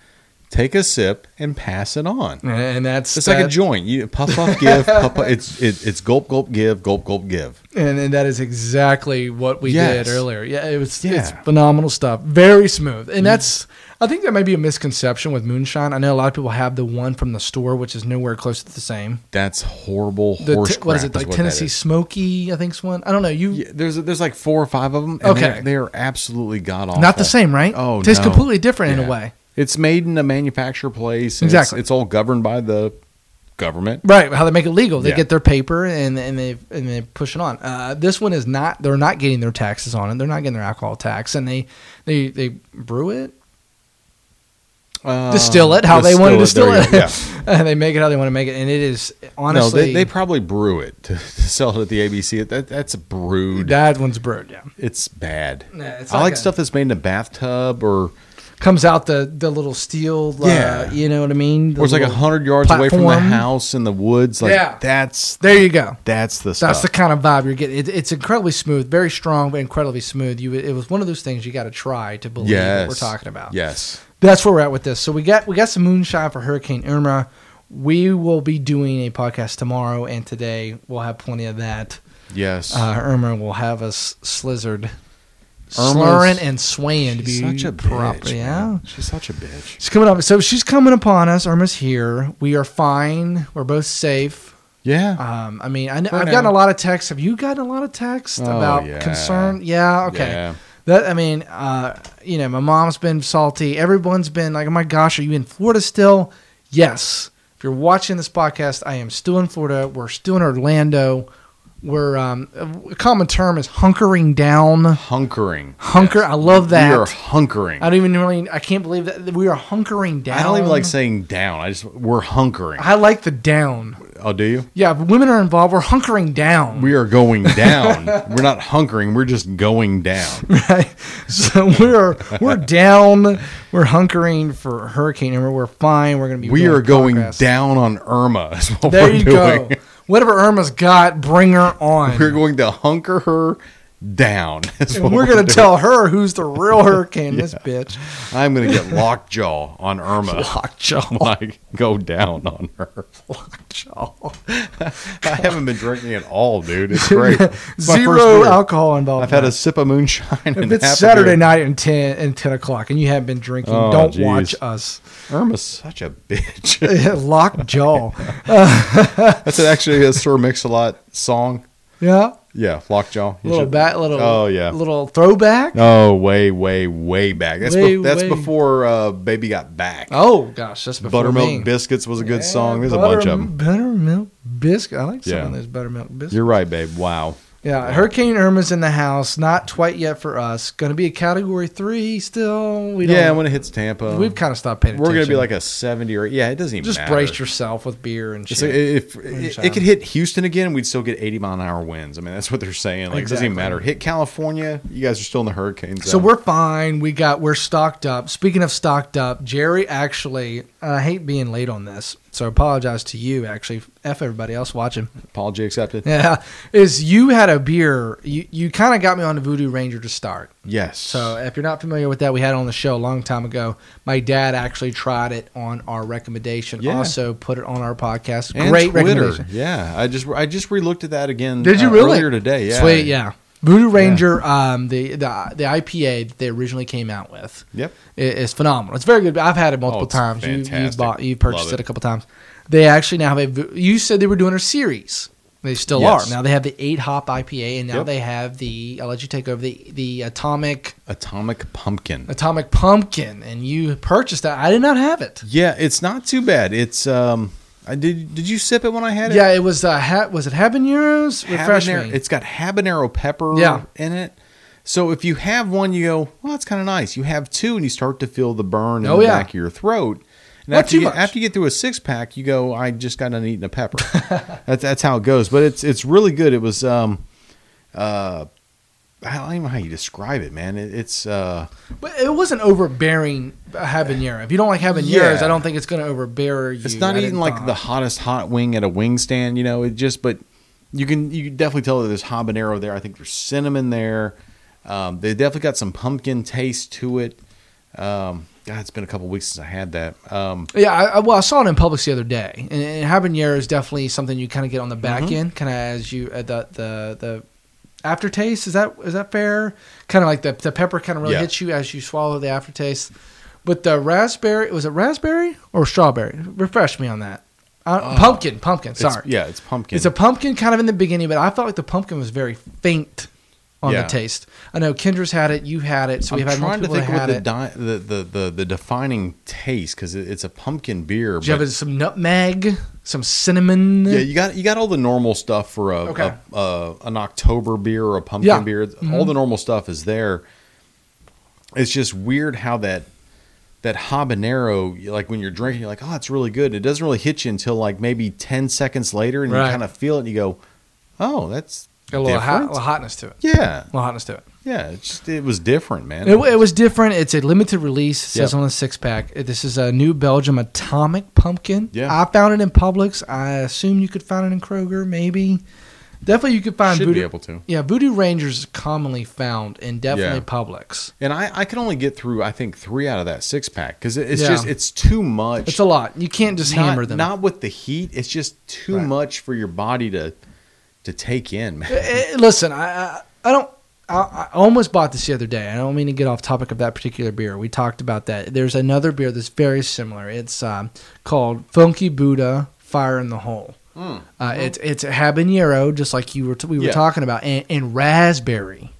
S2: take a sip, and pass it on.
S3: And, and that's
S2: It's like a
S3: that-
S2: joint. You puff, puff, give. Puff, puff. It's it, it's gulp, gulp, give, gulp, gulp, give.
S3: and, and that is exactly what we
S2: Yes.
S3: did earlier. Yeah, it was it's
S2: Yeah. Mm.
S3: phenomenal stuff. Very smooth, and that's I think that might be a misconception with moonshine. I know a lot of people have the one from the store, which is nowhere close to the same.
S2: That's horrible
S3: The
S2: horse
S3: t- what is
S2: crap
S3: it like
S2: what that
S3: Tennessee
S2: is.
S3: Smoky? I think's one. I don't know. You
S2: Yeah, there's there's like four or five of them. And
S3: Okay.
S2: they're, they are absolutely god awful.
S3: not the same, right?
S2: Oh,
S3: tastes
S2: no.
S3: completely different in
S2: Yeah.
S3: a way.
S2: It's made in a manufacturer place. and
S3: Exactly.
S2: It's, it's all governed by the government.
S3: Right, how they make it legal. They
S2: Yeah.
S3: get their paper and and they and they push it on. Uh, this one is not. They're not getting their taxes on it. They're not getting their alcohol tax, and they they they brew it.
S2: Uh,
S3: Distill it how they want to
S2: There
S3: distill
S2: you
S3: it.
S2: go. Yeah.
S3: and they make it how they want to make it, and it is
S2: no,
S3: honestly
S2: they, they probably brew it to, to sell it at the ABC. That, that's brewed.
S3: that one's brewed. Yeah,
S2: it's bad.
S3: Yeah, it's
S2: I like
S3: like a-
S2: stuff that's made in a bathtub or,
S3: comes out the the little steel.
S2: Yeah.
S3: uh, you know what I mean. The
S2: or it's like
S3: little-
S2: hundred yards away from
S3: platform.
S2: the house in the woods. Like
S3: Yeah.
S2: that's
S3: There you go.
S2: that's the
S3: That's
S2: stuff.
S3: the kind of vibe you're getting. It, it's incredibly smooth, very strong, but incredibly smooth. You, it was one of those things you got to try to believe what
S2: yes.
S3: we're talking about.
S2: Yes.
S3: that's where we're at with this. So we got we got some moonshine for Hurricane Irma. We will be doing a podcast tomorrow and today. We'll have plenty of that.
S2: Yes.
S3: Uh, Irma will have us slizzard,
S2: Irma's-
S3: slurring and swaying to be
S2: She's such a
S3: proper.
S2: bitch.
S3: yeah,
S2: man. She's such a bitch.
S3: She's coming up. So she's coming upon us. Irma's here. We are fine. We're both safe.
S2: Yeah.
S3: Um, I mean, I know,
S2: For
S3: I've
S2: now.
S3: gotten a lot of texts. Have you gotten a lot of texts
S2: Oh,
S3: about
S2: yeah.
S3: concern? Yeah. Okay.
S2: Yeah.
S3: That I mean, uh, you know, my mom's been salty. Everyone's been like, "Oh my gosh, are you in Florida still?" Yes. If you're watching this podcast, I am still in Florida. We're still in Orlando. We're um, a common term is hunkering down.
S2: Hunkering.
S3: Hunker. I love that.
S2: We are hunkering.
S3: I don't even really. I can't believe that we are hunkering down.
S2: I don't even like saying down. I just we're hunkering.
S3: I like the down.
S2: oh, do you?
S3: Yeah, if women are involved. We're hunkering down.
S2: We are going down. we're not hunkering. We're just going down.
S3: right? So we're we're down. We're hunkering for Hurricane Irma. We're fine. We're gonna be.
S2: We
S3: doing
S2: are going
S3: progress.
S2: down on Irma. Is what
S3: There
S2: we're
S3: you go.
S2: doing.
S3: Whatever Irma's got, bring her on.
S2: We're going to hunker her down. is
S3: and
S2: what
S3: we're
S2: we're
S3: gonna
S2: doing.
S3: tell her who's the real hurricane. This bitch.
S2: I'm going to get lockjaw on Irma. Lockjaw. Like go down on her.
S3: Lockjaw.
S2: I haven't been drinking at all, dude. It's great. It's my first
S3: Zero
S2: beer.
S3: alcohol involved.
S2: I've had a sip of moonshine.
S3: If
S2: and half
S3: it's
S2: a beer.
S3: Saturday night and ten and ten o'clock, and you haven't been drinking,
S2: Oh,
S3: don't
S2: geez.
S3: watch us.
S2: Irma's such a bitch.
S3: Lockjaw.
S2: That's actually a Sir Mix-a-Lot song.
S3: Yeah.
S2: Yeah, Lockjaw. You
S3: Little
S2: should-
S3: back. Little.
S2: Oh, yeah.
S3: Little throwback.
S2: Oh, way, way, way back. That's
S3: Way,
S2: be- that's
S3: way-
S2: before uh, Baby Got Back.
S3: Oh gosh, that's before
S2: Buttermilk
S3: me.
S2: Biscuits was a good
S3: Yeah,
S2: song. There's a
S3: butter-
S2: bunch of them.
S3: Buttermilk biscuit. I like some
S2: Yeah.
S3: of those buttermilk biscuits.
S2: You're right, babe. Wow.
S3: yeah, Hurricane Irma's in the house. Not quite yet for us. Going to be a Category Three still. We
S2: yeah,
S3: don't,
S2: when it hits Tampa,
S3: we've kind of stopped paying
S2: we're
S3: attention.
S2: going to be like a 70 or yeah, it doesn't even
S3: just
S2: matter.
S3: brace yourself with beer and shit.
S2: It's like if it,
S3: Moonshine.
S2: it could hit Houston again, we'd still get 80 mile an hour winds. I mean, that's what they're saying. Like, it doesn't even
S3: Exactly.
S2: matter. Hit California, you guys are still in the hurricane zone.
S3: so we're fine. We got we're stocked up. Speaking of stocked up, Jerry actually, and I hate being late on this. So I apologize to you, actually. F everybody else watching.
S2: Apology accepted.
S3: Yeah. Is you had a beer. You, you kind of got me on the Voodoo Ranger to start.
S2: Yes.
S3: So if you're not familiar with that, we had it on the show a long time ago. My dad actually tried it on our recommendation.
S2: Yeah.
S3: Also put it on our podcast.
S2: And
S3: Great
S2: Twitter.
S3: recommendation.
S2: Yeah, I just I just relooked at that again.
S3: Did you
S2: uh,
S3: really?
S2: earlier today? Yeah.
S3: Sweet. Yeah. Voodoo Ranger, um, the, the the IPA that they originally came out with,
S2: Yep.
S3: i- is phenomenal. It's very good. I've had it
S2: Oh,
S3: multiple
S2: it's
S3: times. You, you've
S2: fantastic.
S3: bought, you've purchased
S2: Love
S3: it.
S2: it.
S3: a couple times. They actually now have a. vo- You said they were doing a series. They still
S2: Yes.
S3: are. Now they have the eight hop IPA, and now
S2: Yep.
S3: they have the. I'll let you take over the the atomic
S2: Atomic Pumpkin.
S3: Atomic Pumpkin, and you purchased that. I did not have it.
S2: Yeah, it's not too bad. It's um, I did did you sip it when I had it?
S3: Yeah, it was uh, ha- was it habaneros? Refresh
S2: Habanero-
S3: me.
S2: It's got habanero pepper
S3: Yeah.
S2: in it. So if you have one, you go, well, that's kind of nice. You have two, and you start to feel the burn in
S3: Oh,
S2: the
S3: yeah.
S2: back of your throat. And
S3: Not
S2: after
S3: too
S2: you,
S3: much.
S2: After you get through a six pack, you go, I just got done eating a pepper. that's that's how it goes. But it's it's really good. It was um, uh, I don't even know how you describe it, man. It, it's uh,
S3: but it wasn't overbearing habanero. If you don't like habaneros,
S2: Yeah.
S3: I don't think it's going to overbear you.
S2: it's not
S3: I
S2: eating
S3: didn't
S2: like
S3: thought.
S2: the hottest hot wing at a wing stand, you know. It just, but you can you can definitely tell that there's habanero there. I think there's cinnamon there. Um, they definitely got some pumpkin taste to it. Um, God, it's been a couple weeks since I had that. Um,
S3: Yeah, I, I, well, I saw it in Publix the other day, and, and habanero is definitely something you kind of get on the back
S2: Mm-hmm.
S3: end, kind of as you uh, the the the aftertaste. Is that is that fair? Kind of like the the pepper kind of really
S2: Yeah.
S3: hits you as you swallow the aftertaste. But the raspberry was it raspberry or strawberry? Refresh me on that. Uh, pumpkin, pumpkin.
S2: it's-
S3: Sorry,
S2: yeah, it's pumpkin.
S3: it's a pumpkin kind of in the beginning, but I felt like the pumpkin was very faint on
S2: Yeah.
S3: the taste. I know Kendra's had it, you've had it, so
S2: I'm
S3: we've had
S2: trying to
S3: multiple people
S2: think
S3: that
S2: what
S3: had
S2: the,
S3: it.
S2: di- the, the the the defining taste because it, it's a pumpkin beer.
S3: Do you
S2: but-
S3: have some nutmeg, some cinnamon?
S2: Yeah, you got you got all the normal stuff for a,
S3: Okay.
S2: a, a an October beer or a pumpkin
S3: Yeah. Mm-hmm.
S2: beer. It's- All the normal stuff is there. It's just weird how that that habanero, you- like when you're drinking, you're like, oh, it's really good. It doesn't really hit you until like maybe ten seconds later, and
S3: Right.
S2: you kind of feel it. and You go, oh, that's
S3: Got a little, hot,
S2: different.
S3: little hotness to it.
S2: Yeah,
S3: A little hotness to it.
S2: yeah. It's just, it was different, man.
S3: It, it was different. It's a limited release. It says
S2: Yep.
S3: on the six pack. Uh, This is a new Belgium Atomic Pumpkin.
S2: Yeah.
S3: I found it in Publix. I assume you could find it in Kroger, maybe. Definitely you could find
S2: should
S3: Voodoo.
S2: be able to.
S3: yeah, Voodoo Rangers is commonly found in definitely
S2: Yeah.
S3: Publix.
S2: And I, I can only get through I think three out of that six pack because it's
S3: Yeah.
S2: just it's too much.
S3: It's a lot. You can't just
S2: not,
S3: hammer them.
S2: Not with the heat. It's just too
S3: Right.
S2: much for your body to to take in, man.
S3: Eh, eh, Listen, I, I, I don't. I, I almost bought this the other day. I don't mean to get off topic of that particular beer. We talked about that. There's another beer that's very similar. It's um, called Funky Buddha Fire in the Hole.
S2: Mm.
S3: Uh, it's it's a habanero, just like you were t- we were
S2: Yeah.
S3: talking about, and, and raspberry.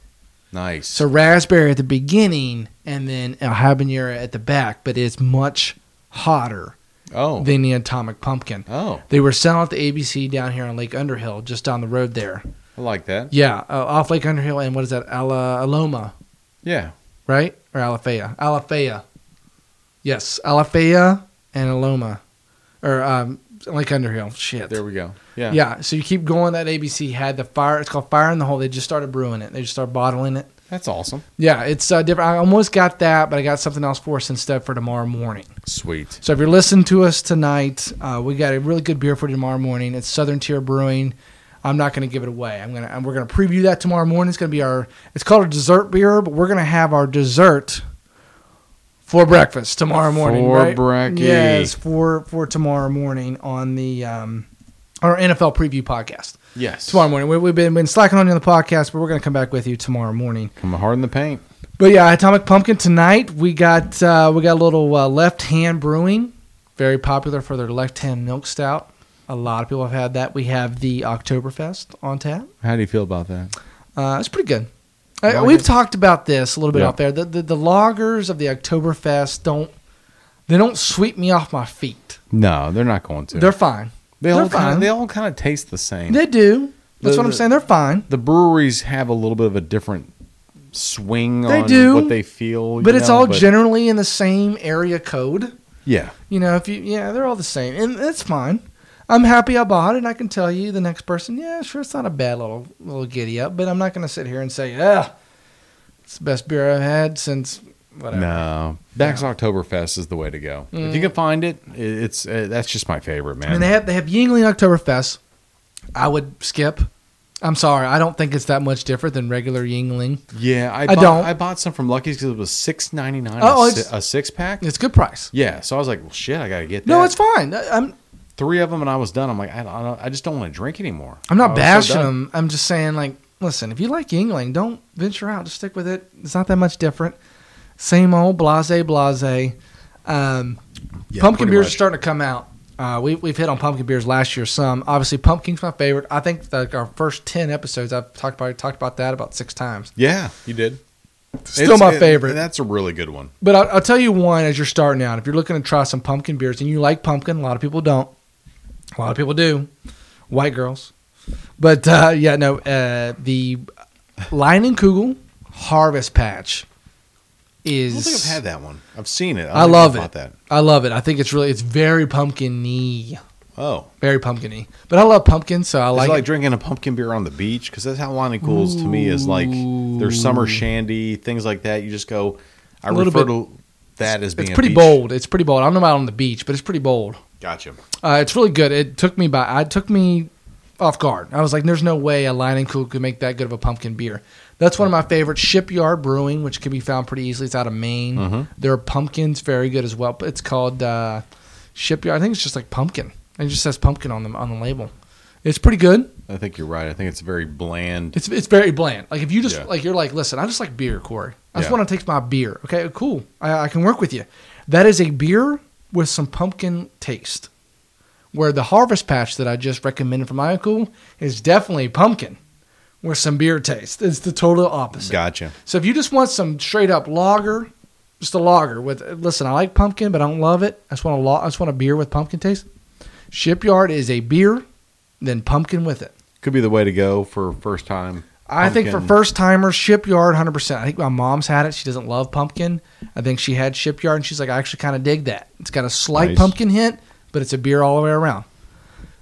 S2: Nice.
S3: So raspberry at the beginning, and then a habanero at the back, but it's much hotter
S2: oh,
S3: than the atomic pumpkin.
S2: oh,
S3: They were selling at the ABC down here on Lake Underhill, just down the road there.
S2: I like that.
S3: Yeah, uh, off Lake Underhill and what is that? Ala Aloma,
S2: Yeah,
S3: right? Or Alafaya? Alafaya. Yes, Alafaya and Aloma, or um, Lake Underhill. Shit.
S2: there we go. Yeah,
S3: yeah. So you keep going. That ABC had the fire. It's called Fire in the Hole. They just started brewing it. They just started bottling it.
S2: that's awesome.
S3: Yeah, it's uh, different. I almost got that, but I got something else for us instead for tomorrow morning.
S2: Sweet.
S3: So if you're listening to us tonight, uh, we got a really good beer for you tomorrow morning. It's Southern Tier Brewing. I'm not going to give it away. I'm gonna and we're gonna preview that tomorrow morning. It's gonna be our it's called a dessert beer, but we're gonna have our dessert for breakfast tomorrow morning.
S2: For
S3: right?
S2: brekkie.
S3: yes, for for tomorrow morning on the um, our NFL preview podcast
S2: Yes.
S3: tomorrow morning. We, we've been been slacking on you on the podcast, but we're gonna come back with you tomorrow morning.
S2: Come hard in the paint.
S3: But yeah, Atomic Pumpkin tonight. We got uh, we got a little uh, Left Hand Brewing, very popular for their Left Hand Milk Stout. A lot of people have had that. We have the Oktoberfest on tap.
S2: How do you feel about that?
S3: Uh, it's pretty good. Uh,
S2: like
S3: we've
S2: it.
S3: talked about this a little bit
S2: Yeah.
S3: out there. The, the the lagers of the Oktoberfest don't they don't sweep me off my feet.
S2: No, they're not going to.
S3: They're fine.
S2: They
S3: they're
S2: all kind
S3: fine.
S2: of they all kind of taste the same.
S3: They do. That's
S2: The-
S3: what I'm
S2: the-
S3: saying. They're fine.
S2: the breweries have a little bit of a different swing
S3: They
S2: on
S3: do,
S2: what they feel, you
S3: But it's
S2: know,
S3: all generally in the same area code.
S2: yeah.
S3: You know, if you yeah, they're all the same, and that's fine. I'm happy I bought it. and I can tell you, the next person, yeah, sure, it's not a bad little little giddy up, but I'm not going to sit here and say, yeah, it's the best beer I've had since whatever.
S2: No, Dax Oktoberfest is the way to go. If you can find it, i- it's uh, that's just my favorite, man.
S3: I mean, Mm. they have they have Yingling Oktoberfest. I would skip. I'm sorry, I don't think it's that much different than regular Yingling.
S2: yeah, I,
S3: I
S2: bought,
S3: don't.
S2: I bought some from Lucky's because it was six ninety nine
S3: Oh,
S2: a,
S3: it's-
S2: si- a six pack.
S3: It's a good price.
S2: Yeah, so I was like, well, shit, I gotta get that.
S3: No, it's fine. I- I'm
S2: three of them, and I was done. I'm like, I, don't, I, don't- I just don't want to drink anymore.
S3: I'm
S2: I
S3: not
S2: was Oh, so
S3: bashing
S2: done.
S3: them. I'm just saying like, listen, if you like Yingling, don't venture out. Just stick with it. It's not that much different. Same old blase blase. Um,
S2: Yeah,
S3: pumpkin
S2: pretty
S3: beers
S2: much.
S3: are starting to come out. Uh, we, we've hit on pumpkin beers last year some. Obviously, pumpkin's my favorite. I think like our first ten episodes, I've talked about talked about that about six times.
S2: Yeah, you did.
S3: Still
S2: It's-
S3: my
S2: it-
S3: favorite.
S2: That's a really good one.
S3: But I'll, I'll tell you one as you're starting out. If you're looking to try some pumpkin beers and you like pumpkin, a lot of people don't. A lot of people do. White girls. But uh, yeah, no, uh, the Lion and Kugel Harvest Patch
S2: I
S3: is.
S2: don't think I've had that one. I've seen it.
S3: I
S2: don't think
S3: love
S2: I've
S3: it.
S2: bought That.
S3: I love it. I think it's really, it's very pumpkin-y.
S2: Oh,
S3: Very pumpkin-y. But I love pumpkin, so I
S2: I
S3: like,
S2: like,
S3: it.
S2: like drinking a pumpkin beer on the beach because that's how Lonnie Cools to me is like their summer shandy things like that. You just go. I
S3: A little
S2: refer
S3: bit-
S2: to that as being
S3: It's
S2: a
S3: pretty
S2: beach.
S3: bold. It's pretty bold. I don't know about on the beach, but it's pretty bold.
S2: Gotcha.
S3: Uh, it's really good. It took me by. It took me off guard. I was like, "There's no way a Lion and Cool could make that good of a pumpkin beer." That's one of my favorites. Shipyard Brewing, which can be found pretty easily, it's out of Maine.
S2: Mm-hmm.
S3: Their pumpkins very good as well. But it's called uh, Shipyard. I think it's just like pumpkin. It just says pumpkin on the on the label. It's pretty good.
S2: I think you're right. I think it's very bland.
S3: It's it's very bland. Like if you just
S2: Yeah.
S3: like you're like, listen, I just like beer, Corey. I just
S2: Yeah.
S3: want to take my beer. Okay, cool. I, I can work with you. That is a beer with some pumpkin taste. Where the harvest patch that I just recommended from Iacul is definitely pumpkin with some beer taste. It's the total opposite.
S2: Gotcha.
S3: So if you just want some straight up lager, just a lager with listen, I like pumpkin, but I don't love it. I just want a law I just want a beer with pumpkin taste. Shipyard is a beer, then pumpkin with it.
S2: Could be the way to go for first time.
S3: I think for
S2: Pumpkin.
S3: first timers, Shipyard, hundred percent. I think my mom's had it. She doesn't love pumpkin. I think she had Shipyard, and she's like, I actually kind of dig that. It's got a slight
S2: Nice.
S3: pumpkin hint, but it's a beer all the way around.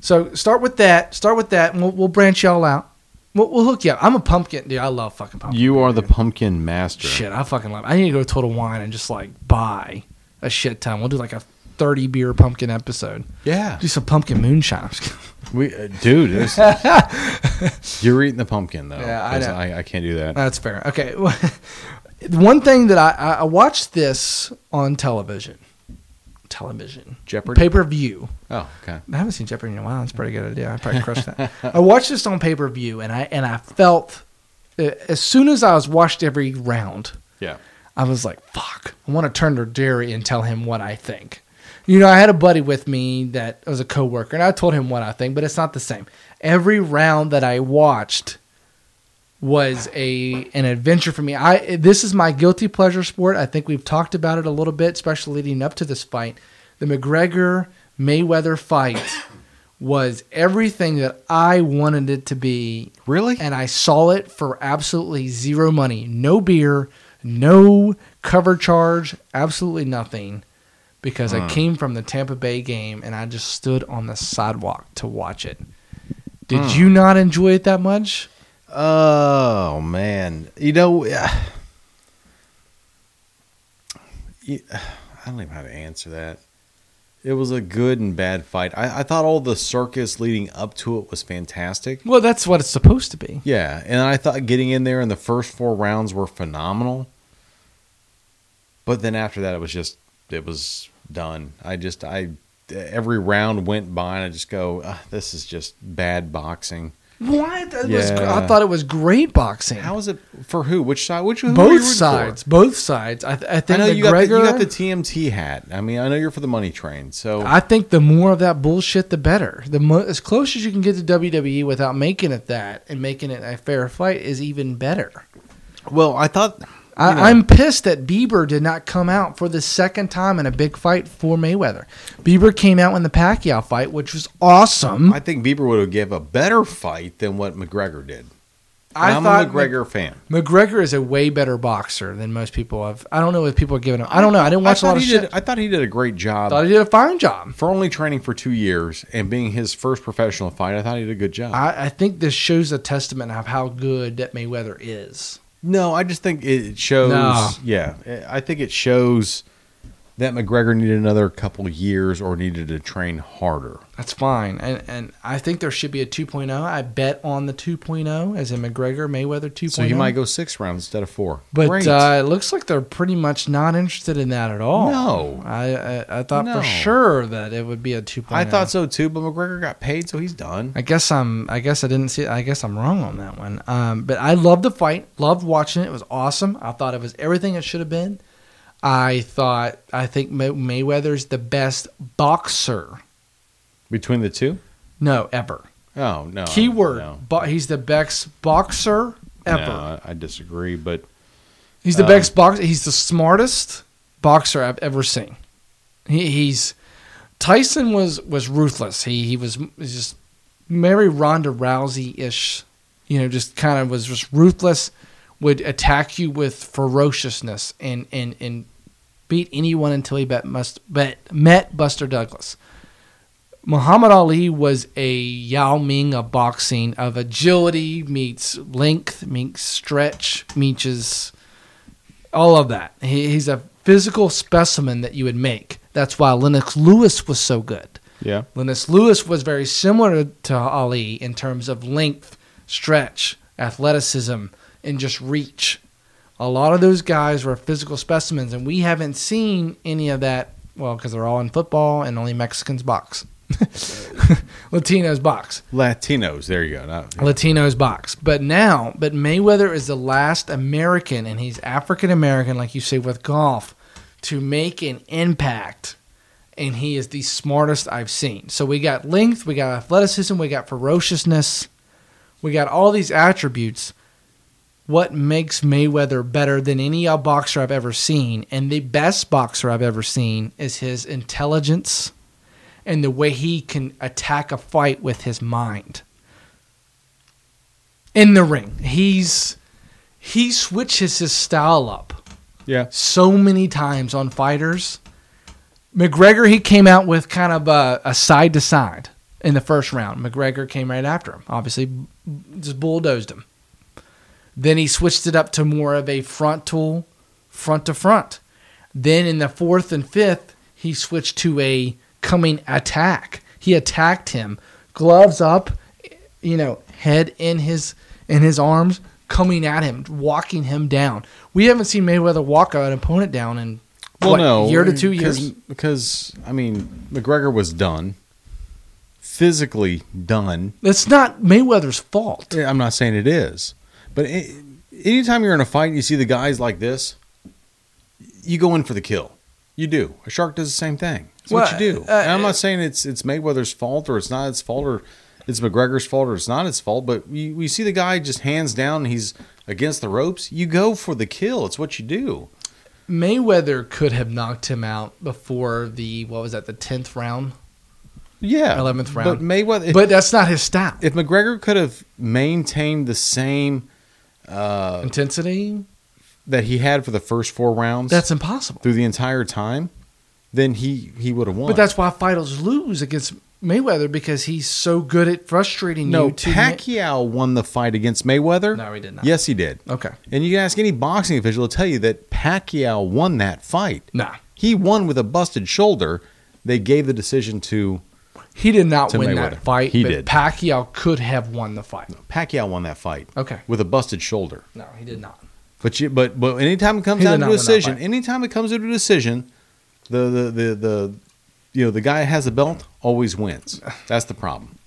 S3: So start with that. Start with that, and we'll, we'll branch y'all out. We'll, we'll hook you up. I'm a pumpkin dude. I love fucking pumpkin.
S2: You are the pumpkin master.
S3: Shit, I fucking love. It. I need to go to Total Wine and just like buy a shit ton. We'll do like a thirty beer pumpkin episode.
S2: Yeah,
S3: Do some pumpkin moonshine.
S2: we, uh, dude. this- you're eating the pumpkin though.
S3: Yeah, I
S2: 'cause
S3: know.
S2: I, I can't do that.
S3: That's fair. Okay. One thing that I, I, I watched this on television. Television.
S2: Jeopardy.
S3: Pay per view.
S2: oh, okay.
S3: I haven't seen Jeopardy in a while. It's a pretty good idea. I probably crushed that. I watched this on pay per view and I and I felt uh, as soon as I was watched every round,
S2: Yeah.
S3: I was like, fuck, I want to turn to Jerry and tell him what I think. You know, I had a buddy with me that was a coworker, and I told him what I think, but it's not the same. Every round that I watched was a an adventure for me. I this is my guilty pleasure sport. I think we've talked about it a little bit, especially leading up to this fight. The McGregor Mayweather fight was everything that I wanted it to be
S2: Really?
S3: and I saw it for absolutely zero money. No beer, no cover charge, absolutely nothing because I came from the Tampa Bay game and I just stood on the sidewalk to watch it. Did
S2: Hmm.
S3: you not enjoy it that much?
S2: Oh man, you know, uh, you- I don't even know how to answer that. It was a good and bad fight. I, I thought all the circus leading up to it was fantastic.
S3: Well, that's what it's supposed to be.
S2: Yeah, and I thought getting in there in the first four rounds were phenomenal. But then after that, it was just it was done. I just I every round went by and I just go, "Ugh, this is just bad boxing.
S3: What? That was-
S2: Yeah.
S3: I thought it was great boxing.
S2: How is it for who? Which side? Which who are you
S3: both
S2: rooting for?
S3: sides, both sides. I, th- I
S2: I
S3: think
S2: know you got, the,
S3: McGregor.
S2: you got the TMT hat. I mean, I know you're for the money train. So
S3: I think the more of that bullshit, the better. The mo- as close as you can get to WWE without making it that and making it a fair fight is even better.
S2: well, I thought
S3: I,
S2: You know.
S3: I'm pissed that Bieber did not come out for the second time in a big fight for Mayweather. Bieber came out in the Pacquiao fight, which was awesome.
S2: I think Bieber would have gave a better fight than what McGregor did.
S3: I
S2: am
S3: thought
S2: a McGregor fan.
S3: McGregor is a way better boxer than most people have. I don't know if people are giving him. I don't know. I didn't watch a
S2: I
S3: lot
S2: thought
S3: of
S2: he
S3: shit.
S2: Did, I thought he did a great job
S3: thought he did a fine job.
S2: for only training for two years and being his first professional fight. I thought he did a good job.
S3: I, I think this shows a testament of how good that Mayweather is.
S2: No, I just think it it shows.
S3: No.
S2: Yeah, I think it shows that McGregor needed another couple years or needed to train harder.
S3: That's fine. And and I think there should be a 2.0. I bet on the 2.0 as in McGregor Mayweather 2.0.
S2: So he might go six rounds instead of four.
S3: But
S2: Great.
S3: uh, it looks like they're pretty much not interested in that at all.
S2: No.
S3: I I, I thought
S2: No.
S3: for sure that it would be a oh. 2.0.
S2: I thought so too, but McGregor got paid, so he's done.
S3: I guess I'm. I guess I didn't see. I guess I'm wrong on that one. Um, but I loved the fight. Loved watching it. It was awesome. I thought it was everything it should have been. I thought. I think May- Mayweather's the best boxer.
S2: Between the two?
S3: No, ever.
S2: Oh no.
S3: Keyword.
S2: No,
S3: Bo- he's the best boxer
S2: No,
S3: ever.
S2: I- I disagree, but
S3: He's the
S2: Um,
S3: best boxer. He's the smartest boxer I've ever seen. He, he's Tyson was was ruthless. He he was, was just Mary Ronda Rousey ish. You know, just kind of was just ruthless. Would attack you with ferociousness and and and beat anyone until he bet must bet met Buster Douglas. Muhammad Ali was a Yao Ming of boxing, of agility meets length meets stretch meets all of that. He, he's a physical specimen that you would make. That's why Lennox Lewis was so good.
S2: yeah.
S3: Lennox Lewis was very similar to Ali in terms of length, stretch, athleticism, and just reach. A lot of those guys were physical specimens, and we haven't seen any of that. Well, because they're all in football, and only Mexicans box, Latinos box.
S2: Latinos. There you go. Not,
S3: Latinos box. But now, but Mayweather is the last American, and he's African American, like you say with golf, to make an impact. And he is the smartest I've seen. So we got length, we got athleticism, we got ferociousness, we got all these attributes. What makes Mayweather better than any uh, boxer I've ever seen, and the best boxer I've ever seen, is his intelligence and the way he can attack a fight with his mind in the ring. He's he switches his style up
S2: yeah.
S3: so many times on fighters. McGregor he came out with kind of a, a side to side in the first round. McGregor came right after him. Obviously, b- just bulldozed him. Then he switched it up to more of a frontal, front to front. Then in the fourth and fifth, he switched to a coming attack. He attacked him, gloves up, you know, head in his in his arms, coming at him, walking him down. We haven't seen Mayweather walk an opponent down in
S2: Well,
S3: what,
S2: no,
S3: year to two
S2: 'cause-
S3: years.
S2: because I mean McGregor was done, physically done.
S3: That's not Mayweather's fault.
S2: Yeah, I'm not saying it is, but a anytime you're in a fight and you see the guys like this, you go in for the kill. You do. A shark does the same thing. It's what
S3: Well,
S2: you do.
S3: uh,
S2: and I'm not saying it's it's Mayweather's fault or it's not his fault or it's McGregor's fault or it's not his fault, but we, we see the guy just hands down, he's against the ropes. You go for the kill. It's what you do.
S3: Mayweather could have knocked him out before the what was that the tenth round,
S2: Yeah.
S3: 11th
S2: But
S3: round.
S2: Mayweather
S3: but that's not his style.
S2: if McGregor could have maintained the same uh,
S3: Intensity
S2: that he had for the first four rounds
S3: that's impossible.
S2: through the entire time, then he he would have won.
S3: But that's why fighters lose against Mayweather because he's so good at frustrating
S2: no
S3: you. To
S2: Pacquiao won the fight against Mayweather.
S3: No, he did not.
S2: Yes, he did.
S3: Okay.
S2: And you can ask any boxing official; will tell you that Pacquiao won that fight.
S3: Nah.
S2: He won with a busted shoulder. They gave the decision to
S3: He did not
S2: To
S3: win
S2: Mayweather.
S3: that fight.
S2: He
S3: but
S2: did.
S3: Pacquiao could have won the fight.
S2: Pacquiao. Won that fight.
S3: Okay.
S2: With a busted shoulder.
S3: No, he did not.
S2: But you, but but anytime it comes
S3: He did
S2: down
S3: not
S2: to a
S3: win that
S2: decision,
S3: fight.
S2: anytime it comes to a decision, the the the the you know the guy that has the belt always wins. That's the problem.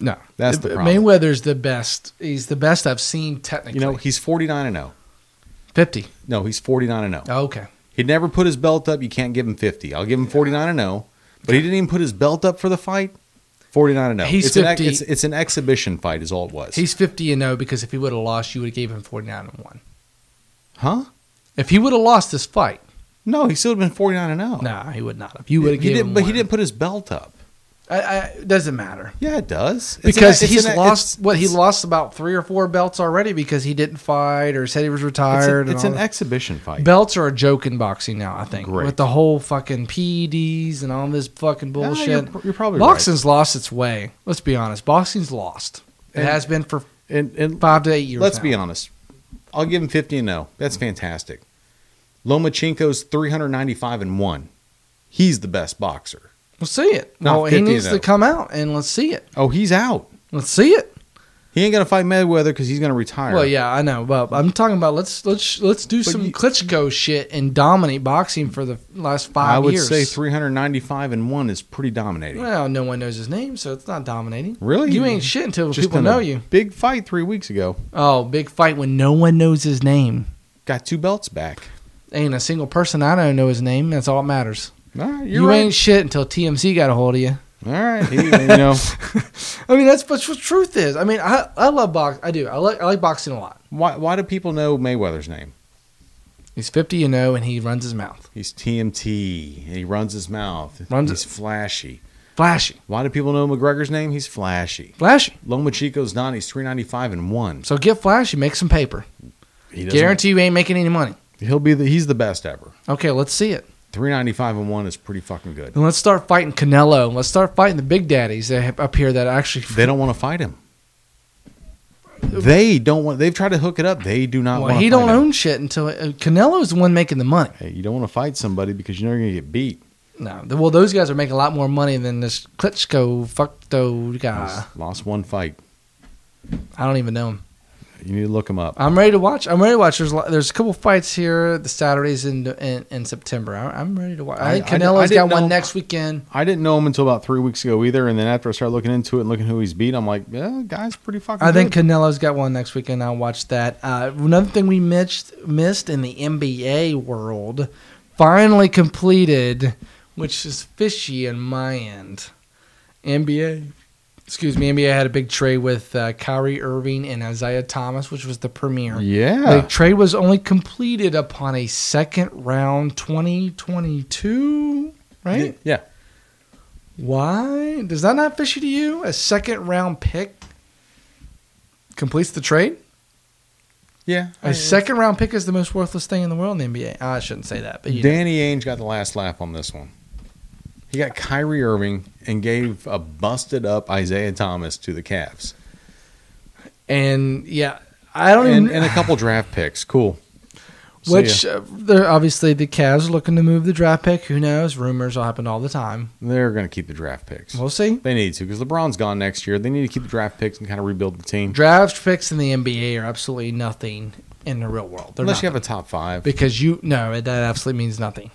S3: No,
S2: That's the
S3: Uh,
S2: problem.
S3: Mayweather's the best. He's the best I've seen technically.
S2: You know he's forty nine and zero.
S3: fifty.
S2: No, he's forty nine and zero.
S3: Oh, okay,
S2: He never put his belt up. You can't give him fifty. I'll give him forty nine and zero. But he didn't even put his belt up for the fight. Forty nine and zero.
S3: He's
S2: it's, an, ex-
S3: 50.
S2: it's, it's an exhibition fight, is all it was.
S3: he's fifty and no because if he would have lost, you would have gave him forty nine and one.
S2: huh?
S3: If he would have lost this fight,
S2: No, he still would have been forty nine and zero.
S3: nah, he would not have. You would
S2: he
S3: have given
S2: didn't.
S3: him.
S2: But he
S3: one.
S2: didn't put his belt up.
S3: I, I, it doesn't matter
S2: Yeah, it does. It's an-
S3: because
S2: it's
S3: he's
S2: an-
S3: lost
S2: it's-
S3: what he
S2: it's-
S3: lost about three or four belts already because he didn't fight or said he was
S2: It's,
S3: retired.
S2: an-
S3: and
S2: it's
S3: all
S2: an
S3: that.
S2: exhibition fight.
S3: Belts are a joke in boxing now, I think.
S2: Great.
S3: With the whole fucking PEDs and all this fucking
S2: Yeah,
S3: bullshit.
S2: you're pr- you're, probably
S3: Boxing's lost its way. Let's be honest. Boxing's lost. It
S2: And-
S3: has been for
S2: right. And, and
S3: five to eight years.
S2: let's be
S3: now.
S2: honest. I'll give him 50 and 0. That's fantastic. Lomachenko's 395 and 1. He's the best boxer.
S3: We'll see it.
S2: Not
S3: well, he
S2: 50,
S3: needs
S2: though.
S3: to come out and let's see it.
S2: Oh, he's out.
S3: Let's see it.
S2: He ain't going to fight Mayweather because he's going to retire.
S3: Well, yeah, I know, but I'm talking about let's let's let's do some
S2: you-
S3: Klitschko shit and dominate boxing for the last five.
S2: I would
S3: years.
S2: say 395 and 1 is pretty dominating.
S3: Well, no one knows his name, so it's not dominating.
S2: Really?
S3: You ain't shit until
S2: Just
S3: people
S2: in a
S3: know you.
S2: Big fight three weeks ago.
S3: Oh, big fight when no one knows his name.
S2: Got two belts back.
S3: Ain't a single person I know know his name. That's all that matters.
S2: All right,
S3: you ain't shit until TMZ got a hold of you.
S2: All right, he, you know
S3: I mean, that's but what truth is. I mean, I I love box. I do. I like I like boxing a lot.
S2: why? Why do people know Mayweather's name?
S3: He's 50, you know, and he runs his mouth.
S2: He's TMT. And he runs his mouth.
S3: Runs
S2: He's flashy.
S3: Flashy,
S2: Why do people know McGregor's name? He's flashy.
S3: flashy.
S2: Lomachenko's not. He's three ninety five and one.
S3: So get flashy, make some paper.
S2: He doesn't-
S3: Guarantee you ain't making any money.
S2: he'll be the. He's the best ever.
S3: Okay, let's see it.
S2: Three ninety five and one is pretty fucking good.
S3: And let's start fighting Canelo. Let's start fighting the big daddies that have up here that actually.
S2: They don't want to fight him. They don't want. They've tried to hook it up. They do not.
S3: Well,
S2: want
S3: he
S2: to
S3: don't
S2: fight him.
S3: own shit until uh, Canelo's the one making the money.
S2: Hey, you don't want to fight somebody because you know you're gonna get beat.
S3: No, th- well, those guys are making a lot more money than this Klitschko fuckto guy.
S2: He's lost one fight.
S3: I don't even know him.
S2: You need to look him up.
S3: I'm ready to watch. I'm ready to watch. There's a lot, there's a couple fights here the Saturdays in in, in September. I, I'm ready to watch. I, think
S2: I- I di- I
S3: Canelo's
S2: didn't
S3: got one
S2: know-
S3: next weekend.
S2: I didn't know him until about three weeks ago either, and then after I started looking into it and looking who he's beat, I'm like, yeah, guy's pretty fucking.
S3: I think
S2: good."
S3: Canelo's got one next weekend. I'll watch that. Uh, another thing we missed missed in the NBA world, finally completed, which is fishy in my end. NBA, excuse me, NBA had a big trade with uh, Kyrie Irving and Isaiah Thomas, which was the premiere.
S2: yeah,
S3: The trade was only completed upon a second round 2022, right?
S2: yeah.
S3: Why? Does that not fishy to you? A second round pick completes the trade?
S2: Yeah.
S3: A second round pick is the most worthless thing in the world in the NBA. Ah, I shouldn't say that, but you know.
S2: Danny Ainge got the last laugh on this one. He got Kyrie Irving and gave a busted up Isaiah Thomas to the Cavs
S3: And yeah, I don't
S2: and,
S3: even
S2: and a couple draft picks. Cool. See ya.
S3: which uh, they're obviously the Cavs are looking to move the draft pick, who knows? Rumors will happen all the time.
S2: they're going to keep the draft picks.
S3: We'll see.
S2: They need to because LeBron's gone next year. They need to keep the draft picks and kind of rebuild the team.
S3: Draft picks in the NBA are absolutely nothing in the real world. They're
S2: Unless you
S3: nothing.
S2: have a top five.
S3: because you no, that absolutely means nothing.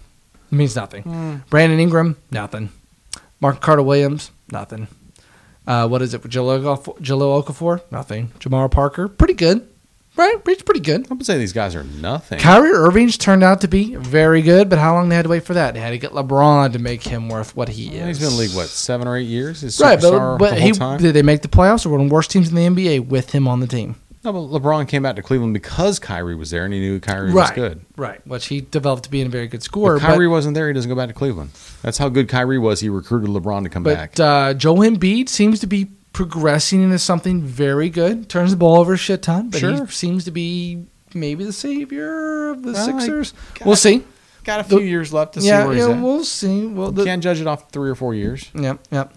S3: It means nothing. Brandon Ingram, nothing. Mark Carter Williams, nothing. Uh, what is it? Jalil Okafor- Jalil Okafor, nothing. Jamar Parker, pretty good, right? He's pretty good.
S2: I would say these guys are nothing.
S3: Kyrie Irving's turned out to be very good, but how long they had to wait for that? They had to get LeBron to make him worth what he is.
S2: He's been in the league what seven or eight years. He's
S3: right? But,
S2: superstar
S3: but
S2: the whole
S3: he
S2: time.
S3: did they make the playoffs or one of the worst teams in the NBA with him on the team?
S2: No, but LeBron came back to Cleveland because Kyrie was there, and he knew Kyrie was
S3: right,
S2: good.
S3: right. Which he developed to be a very good
S2: If
S3: scorer. but-
S2: Kyrie wasn't there, he doesn't go back to Cleveland. That's how good Kyrie was. He recruited LeBron to come back.
S3: But uh, Joel Embiid seems to be progressing into something very good. Turns the ball over a shit ton, but
S2: Sure.
S3: he seems to be maybe the savior of the
S2: Well, I-
S3: Sixers.
S2: God,
S3: We'll see.
S2: Got a few
S3: the-
S2: years left to see
S3: Yeah,
S2: where he's
S3: yeah,
S2: at.
S3: we'll see. Well, the,
S2: Can't judge it off three or four years.
S3: yep, yep.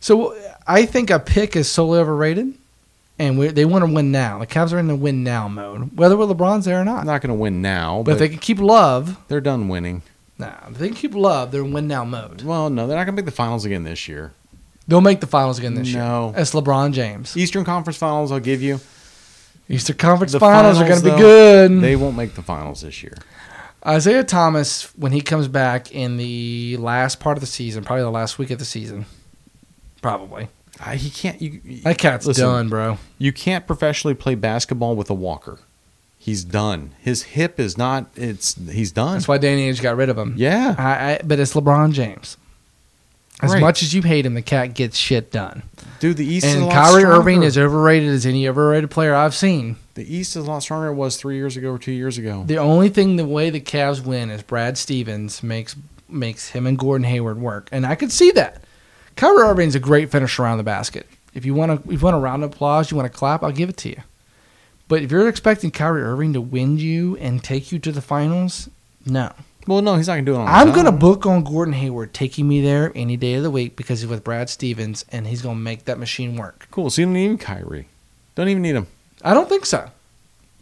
S3: So I think a pick is solely overrated, and we, they want to win now. The Cavs are in the win now mode, whether with LeBron's there or not.
S2: I'm not going to win now,
S3: but
S2: but,
S3: if they can keep love,
S2: they, are done winning.
S3: nah, if they can keep love, they're in win now mode.
S2: Well, no, they're not going to make the finals again this year.
S3: They'll make the finals again this
S2: No.
S3: year. That's LeBron James.
S2: Eastern Conference Finals, I'll give you.
S3: Eastern Conference
S2: The
S3: finals, are
S2: finals,
S3: going to be
S2: though,
S3: good.
S2: They won't make the finals this year.
S3: Isaiah Thomas, when he comes back in the last part of the season, probably the last week of the season, probably
S2: I, he can't. You, you-
S3: that cat's
S2: Listen,
S3: done, bro.
S2: You can't professionally play basketball with a walker. He's done. His hip is not. It's he's done.
S3: That's why Danny Ainge got rid of him.
S2: Yeah.
S3: I, I, but it's LeBron James. As
S2: Right.
S3: much as you hate him, the cat gets shit done.
S2: Dude, the East is a
S3: and
S2: lot
S3: Kyrie
S2: stronger.
S3: Irving is overrated as any overrated player I've seen.
S2: the East is a lot stronger than it was three years ago or two years ago.
S3: The only thing the way the Cavs win is Brad Stevens makes makes him and Gordon Hayward work, and I could see that. Kyrie Irving's a great finisher around the basket. If you want to, if you want a round of applause, you want to clap, I'll give it to you. But if you're expecting Kyrie Irving to win you and take you to the finals, no.
S2: Well, Oh, no, he's not gonna do it on.
S3: I'm
S2: his
S3: gonna
S2: own.
S3: book on Gordon Hayward taking me there any day of the week because he's with Brad Stevens and he's gonna make that machine work.
S2: Cool. So you don't need Kyrie. Don't even need him.
S3: I don't think so.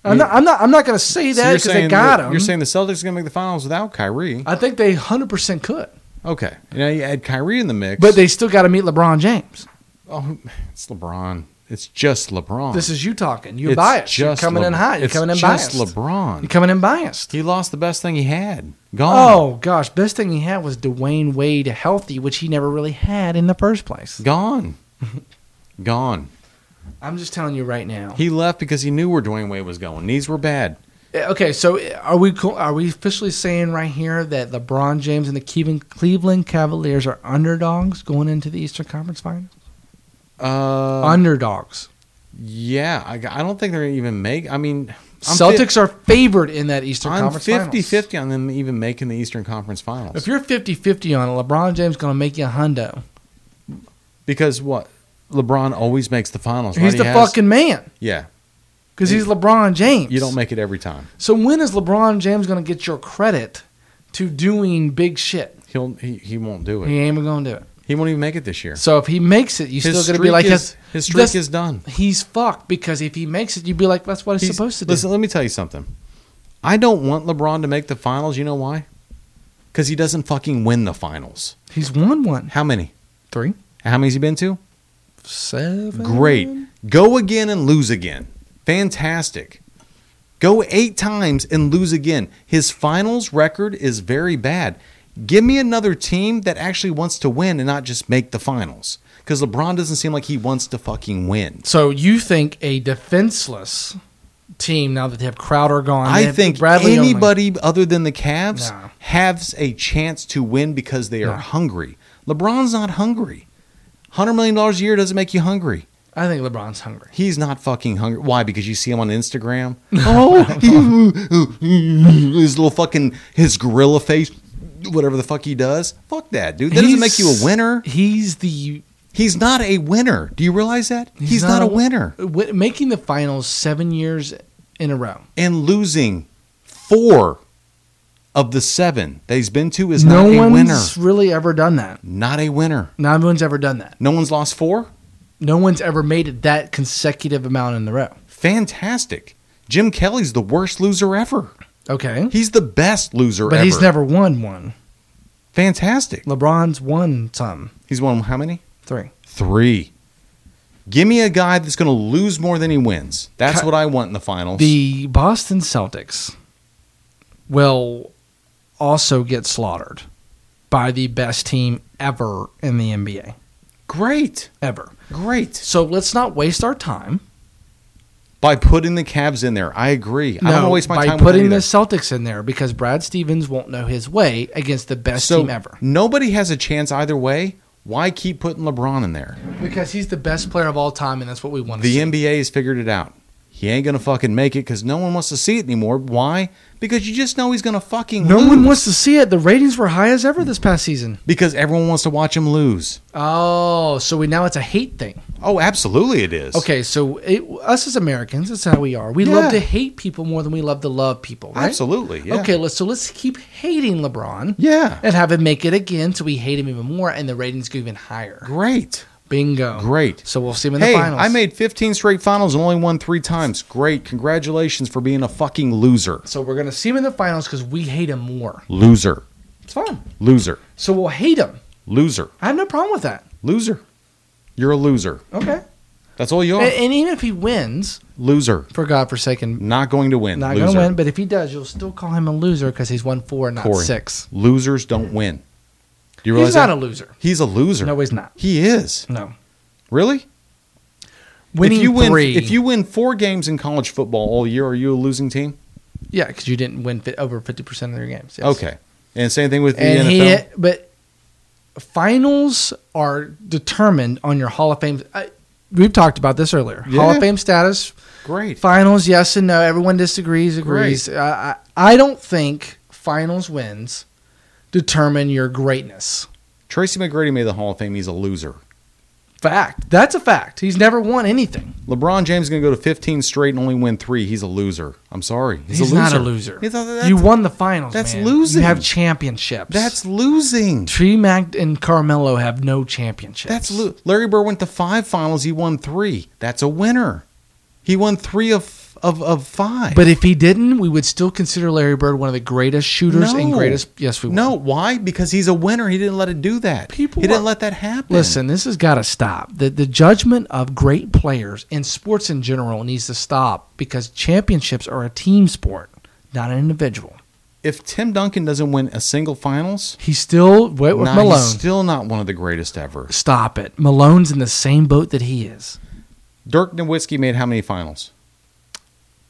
S3: I'm not. I'm not. I'm not going to say
S2: So
S3: that
S2: you're
S3: because they
S2: saying
S3: got
S2: that-
S3: him.
S2: You're saying the Celtics are going to make the finals without Kyrie?
S3: I think they 100 percent could,
S2: Okay. You know, you add Kyrie in the mix.
S3: but they still got to meet LeBron James.
S2: Oh, it's LeBron. It's just LeBron.
S3: This is you talking. You're
S2: It's
S3: biased. You're coming
S2: Le-
S3: in hot. You're
S2: it's
S3: coming in biased.
S2: just
S3: You're
S2: LeBron.
S3: coming in biased.
S2: He lost the best thing he had. Gone.
S3: Oh gosh, best thing he had was Dwayne Wade healthy, which he never really had in the first place.
S2: Gone. Gone.
S3: I'm just telling you right now.
S2: He left because he knew where Dwayne Wade was going. Knees were bad.
S3: Okay, so are we co- are we officially saying right here that LeBron James and the Cleveland Cleveland Cavaliers are underdogs going into the Eastern Conference Finals?
S2: Uh,
S3: underdogs.
S2: yeah, I, I don't think they're gonna even make. I mean, I'm
S3: Celtics are favored in that Eastern
S2: I'm
S3: Conference
S2: 50
S3: Finals.
S2: 50 on them even making the Eastern Conference Finals.
S3: If you're 50-50 on it, LeBron James going to make you a hundo.
S2: because what? LeBron always makes the finals.
S3: He's
S2: right?
S3: the
S2: He has-
S3: fucking man
S2: Yeah,
S3: because
S2: He-
S3: he's LeBron James.
S2: you don't make it every time.
S3: So when is LeBron James going to get your credit to doing big shit?
S2: He'll he, he won't do it.
S3: He ain't even going to do it.
S2: He won't even make it this year.
S3: So if he makes it, you still going to be
S2: streak
S3: like,
S2: is,
S3: that's-
S2: his streak
S3: that's-
S2: is done.
S3: he's fucked because if he makes it, you'd be like, that's what he's, supposed to do.
S2: Listen, let me tell you something. I don't want LeBron to make the finals. You know why? Because he doesn't fucking win the finals.
S3: he's won one,
S2: How many?
S3: three,
S2: How many's he been to?
S3: seven.
S2: Great. Go again and lose again. Fantastic. Go eight times and lose again. His finals record is very bad. Give me another team that actually wants to win and not just make the finals. Because LeBron doesn't seem like he wants to fucking win.
S3: So you think a defenseless team now that they have Crowder gone? they
S2: I
S3: have
S2: think
S3: Bradley only-
S2: anybody other than the Cavs
S3: No.
S2: has a chance to win because they are
S3: No.
S2: hungry. LeBron's not hungry. $100 million a year doesn't make you hungry.
S3: I think LeBron's hungry.
S2: He's not fucking hungry. Why? Because you see him on Instagram? Oh, he- his little fucking, his gorilla face, whatever the fuck he does. Fuck that, dude. That doesn't make you a
S3: He's-
S2: winner.
S3: He's the
S2: He's not a winner. Do you realize that? He's, not, a winner.
S3: wi- making the finals seven years in a row.
S2: And losing four of the seven that he's been to is
S3: no
S2: not a
S3: one's
S2: winner.
S3: really ever done that.
S2: Not a winner.
S3: No one's ever done that.
S2: No one's lost four?
S3: No one's ever made it that consecutive amount in the row.
S2: Fantastic. Jim Kelly's the worst loser ever.
S3: Okay.
S2: He's the best loser
S3: But
S2: ever.
S3: he's never won one.
S2: Fantastic.
S3: LeBron's won some.
S2: He's won how many?
S3: Three.
S2: Three. Give me a guy that's going to lose more than he wins. That's
S3: Cut-
S2: what I want in the finals.
S3: The Boston Celtics will also get slaughtered by the best team ever in the NBA.
S2: great.
S3: Ever.
S2: Great.
S3: So let's not waste our time.
S2: By putting the Cavs in there, I agree. I don't want to waste my
S3: by
S2: time with
S3: putting
S2: that
S3: the
S2: either.
S3: Celtics in there because Brad Stevens won't know his way against the best
S2: So
S3: team ever.
S2: nobody has a chance either way. Why keep putting LeBron in there?
S3: Because he's the best player of all time, and that's what we want to
S2: The
S3: see.
S2: NBA has figured it out. He ain't gonna fucking make it because no one wants to see it anymore. Why? Because you just know he's gonna fucking
S3: no
S2: lose.
S3: one wants to see it. The ratings were high as ever this past season.
S2: because everyone wants to watch him lose.
S3: Oh, so we now it's a hate thing.
S2: Oh, absolutely, it is.
S3: Okay, so it, us as Americans, that's how we are. We
S2: Yeah.
S3: love to hate people more than we love to love people, right?
S2: absolutely. Yeah.
S3: Okay, let's so let's keep hating LeBron
S2: Yeah.
S3: and have him make it again, so we hate him even more, and the ratings go even higher.
S2: Great.
S3: Bingo.
S2: Great.
S3: So we'll see him in
S2: hey,
S3: the finals.
S2: I made 15 straight finals and only won three times. Great. Congratulations for being a fucking loser.
S3: So we're gonna see him in the finals because we hate him more.
S2: Loser.
S3: It's fun.
S2: Loser.
S3: So we'll hate him.
S2: Loser.
S3: I have no problem with that.
S2: Loser. You're a loser.
S3: Okay.
S2: That's all you are.
S3: And, and even if he wins,
S2: loser.
S3: for God forsaken,
S2: Not going to win.
S3: not
S2: loser.
S3: gonna win. But if he does, you'll still call him a loser because he's won four, not
S2: Corey.
S3: six.
S2: Losers don't win. Do you realize
S3: He's not a
S2: that?
S3: loser.
S2: He's a loser.
S3: No, he's not.
S2: He is.
S3: No.
S2: Really?
S3: Winning
S2: if you win,
S3: three.
S2: If you win four games in college football all year, are you a losing team?
S3: Yeah, because you didn't win fi- over fifty percent of their games. yes.
S2: Okay. And same thing with the
S3: and
S2: NFL.
S3: he but finals are determined on your Hall of Fame. I, we've talked about this earlier. Hall
S2: Yeah.
S3: of Fame status,
S2: Great.
S3: finals, yes and no. Everyone disagrees, agrees. I, I, I don't think finals wins determine your greatness.
S2: Tracy McGrady made the Hall of Fame. He's a loser.
S3: Fact. That's a fact. He's never won anything.
S2: LeBron James is going to go to 15 straight and only win three. He's a loser. I'm sorry. He's,
S3: He's,
S2: a loser.
S3: not a loser.
S2: He's a- that's,
S3: you won the finals.
S2: that's
S3: man.
S2: losing.
S3: You have championships.
S2: that's losing.
S3: Tree Mac and Carmelo have no championships.
S2: That's lo- Larry Bird went to five finals. He won three. That's a winner. He won three of of, of five.
S3: But if he didn't, we would still consider Larry Bird one of the greatest shooters and
S2: No.
S3: greatest. Yes, we would.
S2: No, why? Because he's a winner. He didn't let it do that.
S3: People
S2: he didn't
S3: are-
S2: let that happen.
S3: Listen, this has got to stop. The the judgment of great players in sports in general needs to stop because championships are a team sport, not an individual.
S2: if Tim Duncan doesn't win a single finals,
S3: He's still wait with
S2: nah,
S3: Malone.
S2: he's still not one of the greatest ever.
S3: stop it. Malone's in the same boat that he is.
S2: Dirk Nowitzki made how many finals?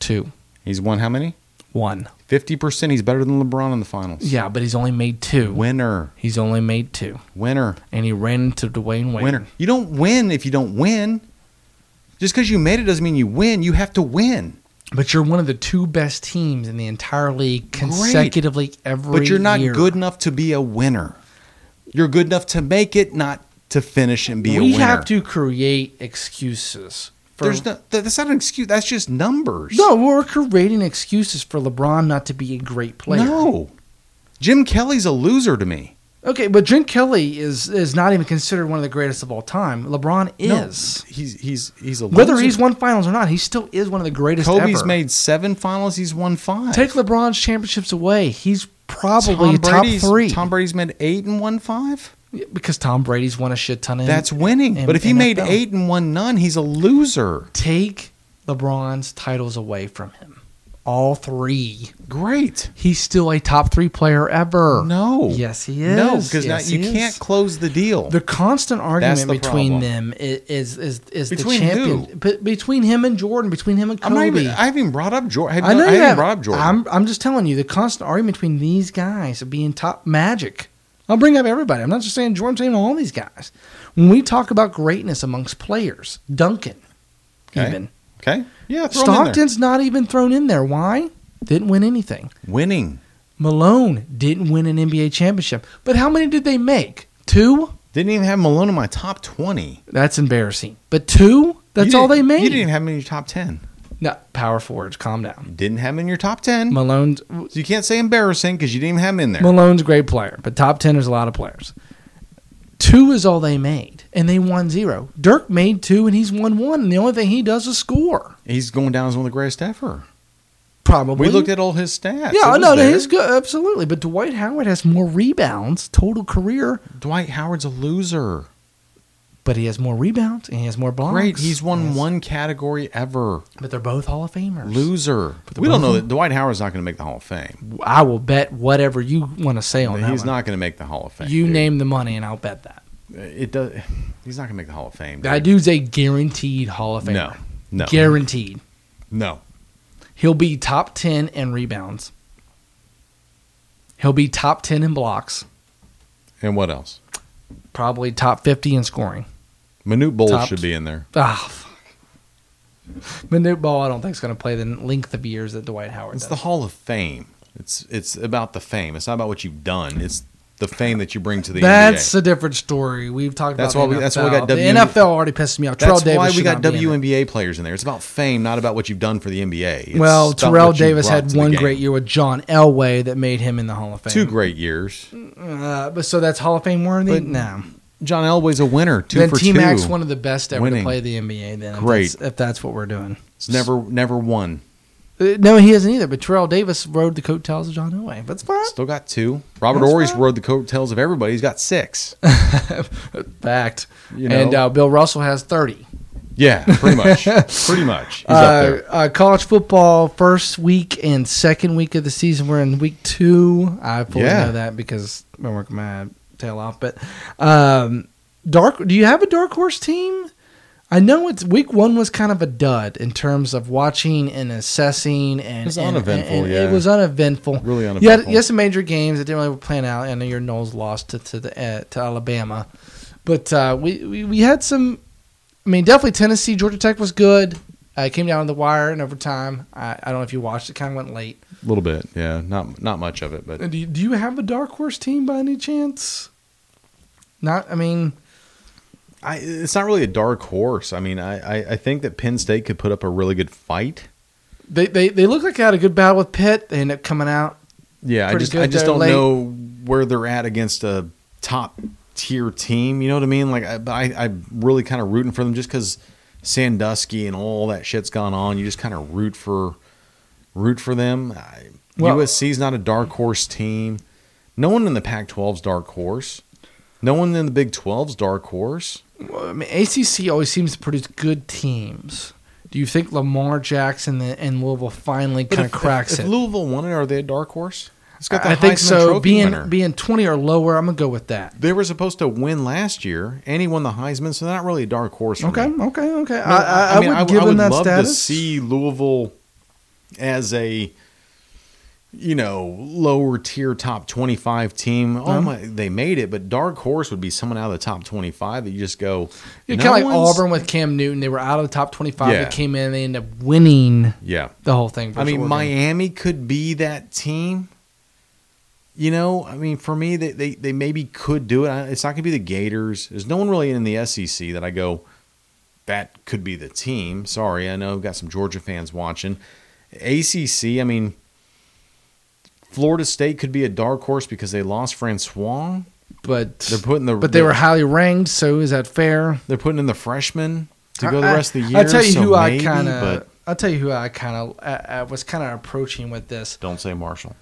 S3: Two,
S2: He's won how many?
S3: one.
S2: Fifty percent. He's better than LeBron in the finals.
S3: Yeah, but he's only made two.
S2: Winner,
S3: He's only made two,
S2: winner,
S3: and he ran into Dwayne Wade.
S2: winner. You don't win if you don't win. Just because you made it doesn't mean you win. You have to win.
S3: But you're one of the two best teams in the entire league consecutively every.
S2: But you're not
S3: year.
S2: good enough to be a winner. You're good enough to make it, not to finish and be a
S3: we
S2: winner.
S3: have to create excuses. For,
S2: There's no, th- that's not an excuse. That's just numbers.
S3: no, we're creating excuses for LeBron not to be a great player.
S2: No. Jim Kelly's a loser to me.
S3: Okay, but Jim Kelly is is not even considered one of the greatest of all time. LeBron
S2: No,
S3: is.
S2: he's he's he's a
S3: Whether
S2: loser.
S3: he's won finals or not, he still is one of the greatest
S2: Kobe's
S3: ever.
S2: made seven finals. He's won five.
S3: Take LeBron's championships away. He's
S2: Tom
S3: probably
S2: Brady's-
S3: top three
S2: Tom Brady's made eight and won five.
S3: because Tom Brady's won a shit ton of.
S2: That's winning.
S3: in
S2: but if he made
S3: NFL.
S2: eight and won none, he's a loser.
S3: take LeBron's titles away from him. All three.
S2: Great.
S3: He's still a top three player ever.
S2: No.
S3: Yes, he is.
S2: No,
S3: Yes,
S2: because now
S3: he
S2: you
S3: is.
S2: can't close the deal.
S3: The constant argument
S2: the
S3: between
S2: problem.
S3: them i- is is is,
S2: Between
S3: the champion.
S2: who?
S3: But between him and Jordan, between him and
S2: I'm
S3: Kobe.
S2: not even. I haven't even brought up Jordan. I,
S3: I
S2: haven't- I
S3: you
S2: haven't
S3: have-
S2: brought up Jordan.
S3: I'm I'm just telling you the constant argument between these guys of being top magic. I'll bring up everybody. I'm not just saying Jordan, I'm saying all these guys. When we talk about greatness amongst players, Duncan,
S2: Okay.
S3: even
S2: okay. Yeah. Throw him in there.
S3: Stockton's not even thrown in there. Why? Didn't win anything.
S2: winning.
S3: Malone didn't win an NBA championship. But how many did they make? Two?
S2: Didn't even have Malone in my top twenty.
S3: That's embarrassing. But two? That's
S2: You
S3: all they
S2: didn't-
S3: made.
S2: You didn't even have him in your top ten.
S3: no, power forwards, calm down.
S2: Didn't have him in your top ten.
S3: Malone's
S2: so you can't say embarrassing because you didn't even have him in there.
S3: Malone's a great player, but top ten is a lot of players. Two is all they made, and they won zero. Dirk made two, and he's won one. And the only thing he does is score.
S2: He's going down as one of the greatest ever.
S3: Probably
S2: We looked at all his stats. It
S3: yeah,
S2: was
S3: no, no,
S2: there.
S3: he's good, absolutely. But Dwight Howard has more rebounds, total career,
S2: Dwight Howard's a loser.
S3: but he has more rebounds and he has more blocks.
S2: Great, he's won
S3: Yes.
S2: one category ever.
S3: But they're both Hall of Famers.
S2: Loser.
S3: But the
S2: We
S3: one-
S2: don't know that Dwight Howard's not going to make the Hall of Fame.
S3: I will bet whatever you want to say on that.
S2: He's
S3: one.
S2: not going to make the Hall of Fame.
S3: You
S2: dude.
S3: name the money, and I'll bet that.
S2: it. Does he's not going to make the Hall of Fame? dude.
S3: That dude's a guaranteed Hall of Famer.
S2: No, no,
S3: guaranteed.
S2: no.
S3: He'll be top 10 in rebounds. He'll be top 10 in blocks,
S2: And what else?
S3: probably top 50 in scoring.
S2: Manute Bol
S3: Tops.
S2: should be in there.
S3: Ah, fuck. Manute Ball, I don't think is going to play the length of years that Dwight Howard
S2: It's
S3: does.
S2: the Hall of Fame. It's it's about the fame. It's not about what you've done. It's the fame that you bring to the
S3: that's
S2: NBA.
S3: a different story. We've talked
S2: That's
S3: about
S2: why
S3: the
S2: we- that's why
S3: NFL.
S2: we got
S3: The
S2: WN
S3: NFL already pisses me off. Terrell
S2: That's
S3: Davis
S2: why we
S3: should
S2: got
S3: not be in it.
S2: WNBA players in there. It's about fame, not about what you've done for the NBA. It's
S3: Well,
S2: about
S3: Terrell
S2: what you
S3: Davis
S2: brought
S3: had
S2: to the
S3: one
S2: game.
S3: great year with John Elway that made him in the Hall of Fame.
S2: Two great years.
S3: Uh, but so that's Hall of Fame worthy?
S2: But
S3: no.
S2: John Elway's a winner. Two
S3: then
S2: for
S3: T Max,
S2: two.
S3: one of the best ever
S2: Winning.
S3: to play the NBA. Then, if
S2: Great.
S3: that's- if that's what we're doing.
S2: It's never never won.
S3: Uh, No, he hasn't either. But Terrell Davis rode the coattails of John Elway. That's fine.
S2: Still got two. Robert
S3: That's
S2: Ory's
S3: fine.
S2: rode the coattails of everybody. He's got six.
S3: Fact.
S2: You
S3: And
S2: know.
S3: uh, Bill Russell has thirty.
S2: Yeah, pretty much. pretty much. He's up
S3: Uh,
S2: there.
S3: uh, college football first week and second week of the season. We're in week two. I fully
S2: Yeah.
S3: know that because I'm working my tail off. But um, dark. Do you have a dark horse team? I know it's week one was kind of a dud in terms of watching and assessing and
S2: It was
S3: and-
S2: uneventful,
S3: and- and
S2: yeah.
S3: It was uneventful.
S2: Really
S3: You had,
S2: uneventful.
S3: you had some major games that didn't really plan out. I know your Knowles lost to to, the, uh, to Alabama, but uh, we, we we had some. I mean, definitely Tennessee. Georgia Tech was good. Uh, it came down to the wire in overtime. I, I don't know if you watched. It kind of went late.
S2: A little bit. Yeah, not not much of it, but
S3: Uh, Do you, do you have a dark horse team by any chance? Not. I mean,
S2: I, it's not really a dark horse. I mean, I, I, I think that Penn State could put up a really good fight.
S3: they they they look like they had a good battle with Pitt. They end up coming out.
S2: Yeah, I
S3: Pretty
S2: just
S3: good
S2: I just
S3: there
S2: don't
S3: late.
S2: know where they're at against a top tier team. You know what I mean? Like I, but I I'm really kind of rooting for them just because Sandusky and all that shit's gone on, you just kind of root for root for them. I,
S3: Well-
S2: USC's not a dark horse team. No one in the Pac-12's dark horse. No one in the Big 12's dark horse.
S3: Well, I mean, ACC always seems to produce good teams. Do you think Lamar Jackson and Louisville finally
S2: But
S3: kind of
S2: if-
S3: cracks
S2: if, if
S3: it?
S2: Louisville won it, are they a dark horse? It's got the
S3: I think
S2: Heisman
S3: so.
S2: Trophy
S3: Being
S2: winner.
S3: being twenty or lower, I'm gonna go with that.
S2: they were supposed to win last year, and he won the Heisman, so they're not really a dark horse. For
S3: Okay,
S2: me.
S3: okay, okay.
S2: No,
S3: I, I, I, would give him that
S2: love
S3: status.
S2: to see Louisville as a you know lower tier top twenty five team. Oh
S3: Mhm.
S2: my, they made it, but dark horse would be someone out of the top twenty five that you just go.
S3: Yeah,
S2: no
S3: kind of like
S2: one's-
S3: Auburn with Cam Newton. They were out of the top 25.
S2: Yeah.
S3: They came in. They ended up winning
S2: Yeah,
S3: the whole thing.
S2: I mean
S3: versus Oregon.
S2: Miami could be that team. You know, I mean, for me, they, they, they maybe could do it. I- It's not going to be the Gators. There's no one really in the SEC that I go, that could be the team. Sorry, I know I've got some Georgia fans watching. ACC, I mean, Florida State could be a dark horse because they lost Francois.
S3: but
S2: They're putting the
S3: but they were highly ranked. So is that fair?
S2: they're putting in the freshmen to
S3: I-
S2: go the
S3: I-
S2: rest of the year.
S3: I'll tell you
S2: so
S3: who I
S2: maybe,
S3: kind of.
S2: but
S3: I'll tell you who I kind of I, I was kind of approaching with this.
S2: don't say Marshall.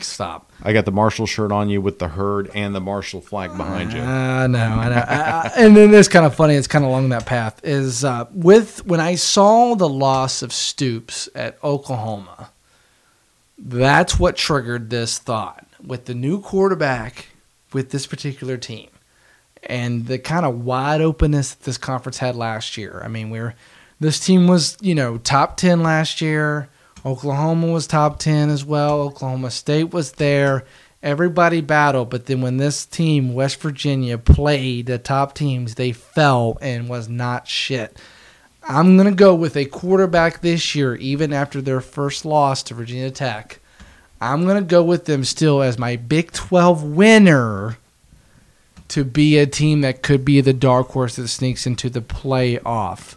S3: Stop.
S2: I got the Marshall shirt on you with the herd and the Marshall flag behind you.
S3: I know, I know. I, I, and then it's kind of funny. It's kind of along that path. Is uh, with when I saw the loss of Stoops at Oklahoma, that's what triggered this thought with the new quarterback with this particular team, and the kind of wide openness that this conference had last year. I mean, we're this team was you know top ten last year. Oklahoma was top ten as well. Oklahoma State was there everybody battled, but then when this team, West Virginia, played the top teams, they fell and was not shit. I'm gonna go with a quarterback this year, even after their first loss to Virginia Tech. I'm gonna go with them still as my Big 12 winner to be a team that could be the dark horse that sneaks into the playoff.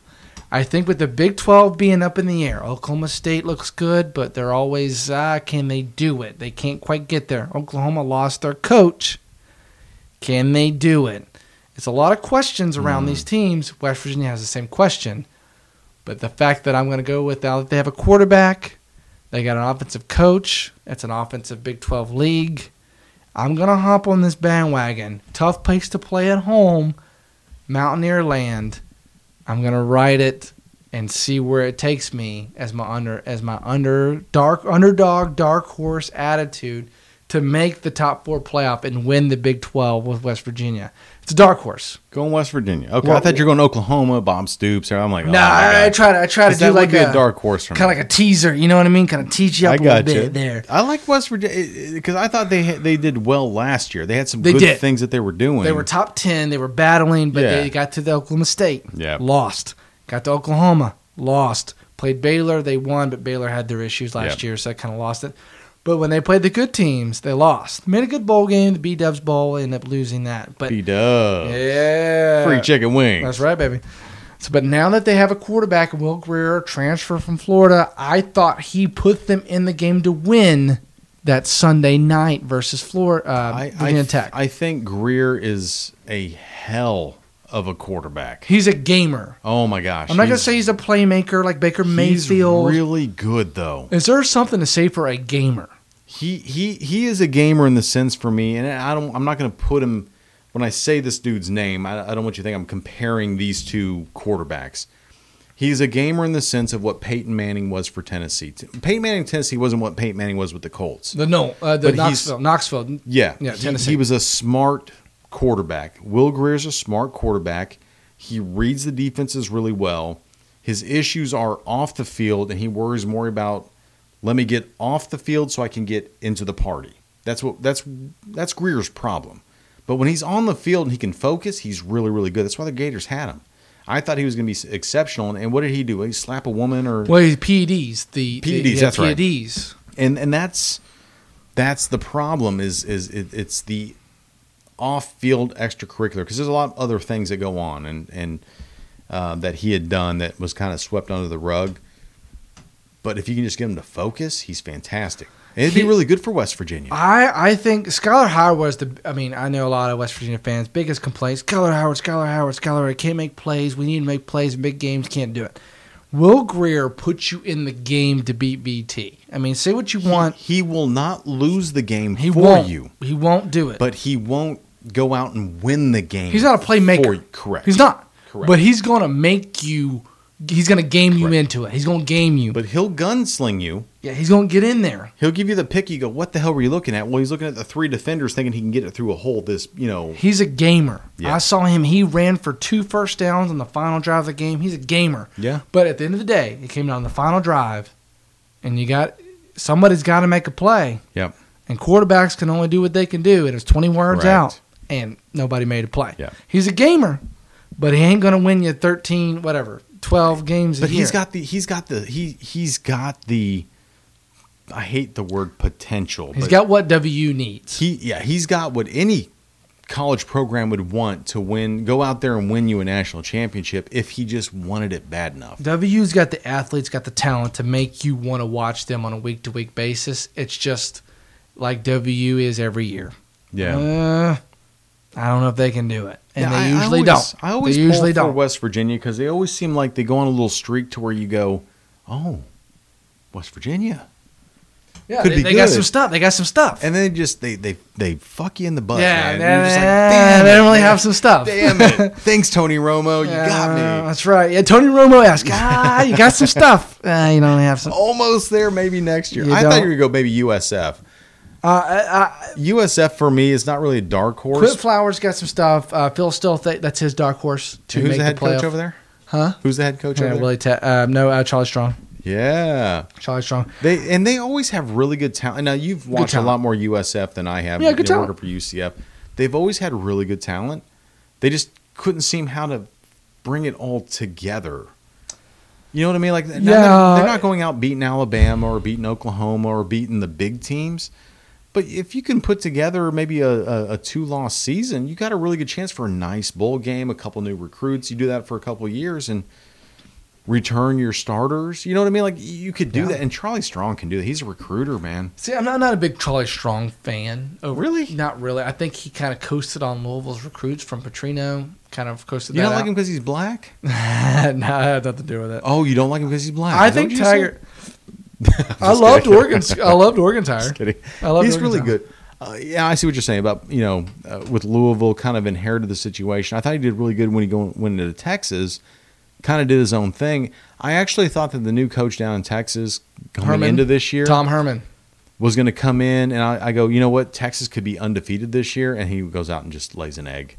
S3: I think with the Big 12 being up in the air, Oklahoma State looks good, but they're always, ah, can they do it? They can't quite get there. Oklahoma lost their coach. Can they do it? It's a lot of questions around these teams. West Virginia has the same question. But the fact that I'm going to go with now that they have a quarterback, they got an offensive coach, it's an offensive Big 12 league. I'm going to hop on this bandwagon. Tough place to play at home, Mountaineer land. I'm going to ride it and see where it takes me as my under as my under dark underdog dark horse attitude to make the top 4 playoff and win the Big 12 with West Virginia. It's a dark horse.
S2: Going West Virginia. Okay, I
S3: Well-
S2: thought you were going Oklahoma, Bob Stoops. Or I'm like, oh,
S3: No, I, I try to I try to do
S2: that
S3: like
S2: would be a,
S3: a
S2: dark horse for me.
S3: kind of like a teaser. You know what I mean? Kind of tease you up
S2: I
S3: a
S2: got
S3: little
S2: you.
S3: bit there.
S2: I like West Virginia because I thought they had- they did well last year. They had some
S3: They
S2: good
S3: did.
S2: things that they were doing.
S3: They were top ten. They were battling, but
S2: Yeah.
S3: they got to the Oklahoma State.
S2: Yeah.
S3: lost. Got to Oklahoma. Lost. Played Baylor. They won, but Baylor had their issues last
S2: Yeah.
S3: year, so I kind of lost it. But when they played the good teams, they lost. Made a good bowl game. The B Dubs Bowl ended up losing that. But
S2: Be dub.
S3: yeah,
S2: Free chicken wings.
S3: That's right, baby. So, but now that they have a quarterback, Will Greer, transfer from Florida, I thought he put them in the game to win that Sunday night versus Florida uh,
S2: I,
S3: Virginia
S2: I,
S3: Tech.
S2: I think Greer is a hell of a quarterback.
S3: he's a gamer.
S2: Oh my gosh.
S3: I'm not gonna say he's a playmaker like Baker Mayfield.
S2: He's really good though.
S3: Is there something to say for a gamer?
S2: he he he is a gamer in the sense for me, and I don't. I'm not going to put him when I say this dude's name. I, I don't want you to think I'm comparing these two quarterbacks. He's a gamer in the sense of what Peyton Manning was for Tennessee. T- Peyton Manning in Tennessee wasn't what Peyton Manning was with the Colts.
S3: The no, uh, the
S2: But he's-
S3: Knoxville, Knoxville.
S2: Yeah,
S3: Yeah,
S2: he,
S3: Tennessee.
S2: he was a smart quarterback. Will Greer's a smart quarterback. He reads the defenses really well. His issues are off the field, and he worries more about let me get off the field so I can get into the party. That's what that's that's Greer's problem. But when he's on the field and he can focus, he's really really good. That's why the Gators had him. I thought he was going to be exceptional, and, and what did he do? He slap a woman or
S3: Well, he's PEDs. The the-
S2: PEDs,
S3: yeah, E
S2: that's right.
S3: PEDs.
S2: and and that's that's the problem is is it, it's the off-field extracurricular because there's a lot of other things that go on and and uh, that he had done that was kind of swept under the rug but if you can just get him to focus he's fantastic It'd be
S3: He-
S2: really good for West Virginia.
S3: I, I think Skylar Howard was the. I mean, I know a lot of West Virginia fans' biggest complaints: Skylar Howard, Skylar Howard, Skylar. Howard can't make plays. We need to make plays in big games. Can't do it. Will Greer put you in the game to beat BT? I mean, say what you want.
S2: he will not lose the game
S3: He
S2: for
S3: won't.
S2: you,
S3: He won't do it.
S2: but he won't go out and win the game.
S3: he's not a playmaker.
S2: for you. Correct.
S3: He's not.
S2: Correct.
S3: But he's gonna make you. He's gonna game you
S2: Correct.
S3: into it. He's gonna game you.
S2: But he'll gunsling you.
S3: yeah, he's gonna get in there.
S2: He'll give you the pick. You go, what the hell were you looking at? Well, he's looking at the three defenders, thinking he can get it through a hole. This, you know,
S3: He's a gamer.
S2: Yeah.
S3: I saw him. He ran for two first downs on the final drive of the game. He's a gamer.
S2: yeah.
S3: But at the end of the day, it came down to the final drive, and you got somebody's got to make a play.
S2: Yep.
S3: And quarterbacks can only do what they can do. It was twenty words
S2: Correct.
S3: out, and nobody made a play.
S2: Yeah.
S3: He's a gamer, but he ain't gonna win you thirteen, whatever, twelve games.
S2: But
S3: a year.
S2: he's got the he's got the he he's got the. I hate the word potential.
S3: he's
S2: but
S3: got what WU needs.
S2: he yeah he's got what any college program would want to win go out there and win you a national championship if he just wanted it bad enough
S3: WU's got the athletes, got the talent to make you want to watch them on a week to week basis. It's just like WU is every year. Uh, I don't know if they can do it, and
S2: Yeah,
S3: they
S2: I- I
S3: usually
S2: always-
S3: don't.
S2: i always
S3: they
S2: pull
S3: usually
S2: for
S3: don't.
S2: west virginia because they always seem like they go on a little streak to where you go oh west virginia
S3: Yeah,
S2: Could
S3: they,
S2: be
S3: they got
S2: good.
S3: some stuff. They got some stuff.
S2: and then they just they they they fuck you in the butt
S3: yeah,
S2: man.
S3: they,
S2: You're just like,
S3: yeah,
S2: damn
S3: they
S2: it,
S3: don't really
S2: man.
S3: have some stuff.
S2: damn it thanks tony romo oh, you
S3: Yeah,
S2: got me
S3: That's right. Yeah, Tony Romo asked, ah, you got some stuff.
S2: Ah,
S3: Uh, you don't really have some.
S2: almost there maybe next year
S3: You
S2: i thought you
S3: don't-
S2: were gonna go maybe usf
S3: Uh, I, I,
S2: USF for me is not really a dark horse.
S3: Quit Flowers got some stuff. Uh, Phil still th- that's his dark horse to
S2: Who's
S3: make
S2: the head
S3: the playoff.
S2: coach over there?
S3: Huh?
S2: Who's the head coach
S3: Yeah,
S2: over there?
S3: Willie. Ta- uh, no, uh, Charlie Strong.
S2: Yeah,
S3: Charlie Strong.
S2: they and they always have really good talent. Now you've watched a
S3: talent.
S2: lot more USF than I have.
S3: Yeah, good
S2: you know, working
S3: talent.
S2: for UCF. They've always had really good talent. They just couldn't seem how to bring it all together. You know what I mean? Like, yeah.
S3: Yeah.
S2: they're, they're not going out beating Alabama or beating Oklahoma or beating the big teams. But if you can put together maybe a, a, a two loss season, you got a really good chance for a nice bowl game, a couple new recruits. You do that for a couple years and return your starters. You know what I mean? Like you could do
S3: Yeah.
S2: that. And Charlie Strong can do that. He's a recruiter, man.
S3: See, I'm not, I'm not a big Charlie Strong fan. Oh,
S2: Really?
S3: Not really. I think he kind of coasted on Louisville's recruits from Petrino. Kind of coasted.
S2: You
S3: that
S2: don't like
S3: out.
S2: him because he's black?
S3: no, I had nothing to do with it.
S2: Oh, you don't like him because he's black?
S3: I
S2: Is that
S3: think
S2: what you said?
S3: Tiger. I loved Oregon. I loved Oregon Tiger.
S2: Just kidding.
S3: I love
S2: He's
S3: Oregon
S2: really
S3: Tiger.
S2: good. Uh, yeah, I see what you're saying about you know uh, with Louisville kind of inherited the situation. I thought he did really good when he go, went into Texas, kind of did his own thing. I actually thought that the new coach down in Texas going
S3: Herman?
S2: into this year
S3: Tom Herman.
S2: was going to come in, and I, I go, you know what, Texas could be undefeated this year, and he goes out and just lays an egg.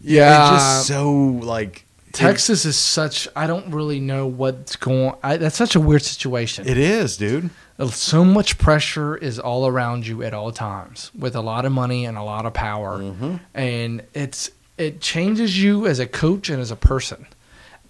S3: Yeah,
S2: it's just so like it-
S3: Texas is such. I don't really know what's going. I, that's such a weird situation.
S2: it is, dude.
S3: Uh, so much pressure is all around you at all times, with a lot of money and a lot of power,
S2: Mm-hmm.
S3: and it's it changes you as a coach and as a person.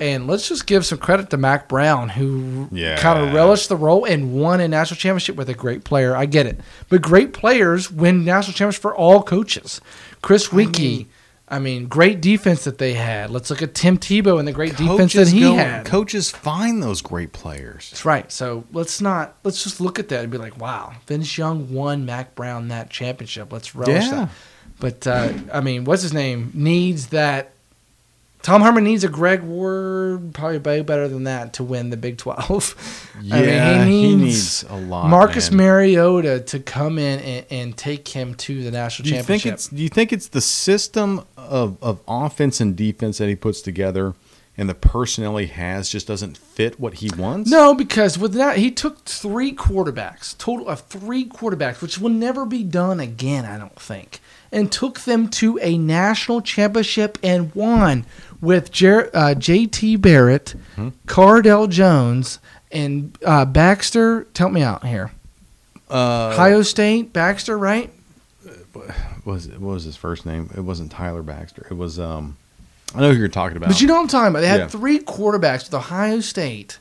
S3: And let's just give some credit to Mac Brown, who
S2: Yeah.
S3: kind of relished the role and won a national championship with a great player. I get it, but great players win national championships for all coaches. Chris Wieke, I mean, great defense that they had. Let's look at Tim Tebow and the great defense that he
S2: go-
S3: had.
S2: Coaches find those great players.
S3: That's right. So let's not let's just look at that and be like, wow, Vince Young won Mac Brown that championship. Let's relish
S2: Yeah.
S3: that. But uh, I mean, what's his name needs that. Tom Herman needs a Greg Ward, probably way better than that, to win the Big Twelve. I mean,
S2: Yeah, he needs a lot.
S3: Marcus
S2: man.
S3: Mariota to come in and, and take him to the national
S2: Do you think
S3: championship.
S2: it's do you think it's the system of, of offense and defense that he puts together and the personnel he has just doesn't fit what he wants?
S3: No, because with that he took three quarterbacks, total of three quarterbacks, which will never be done again, I don't think. And took them to a national championship and won with Jer- uh, J.T. Barrett,
S2: Hmm?
S3: Cardell Jones, and uh, Baxter. Tell me out here.
S2: Uh,
S3: Ohio State, Baxter, right?
S2: was what was his first name? It wasn't Tyler Baxter. It was um I know who you're talking about.
S3: But you know what I'm talking about. They had
S2: Yeah.
S3: three quarterbacks with Ohio State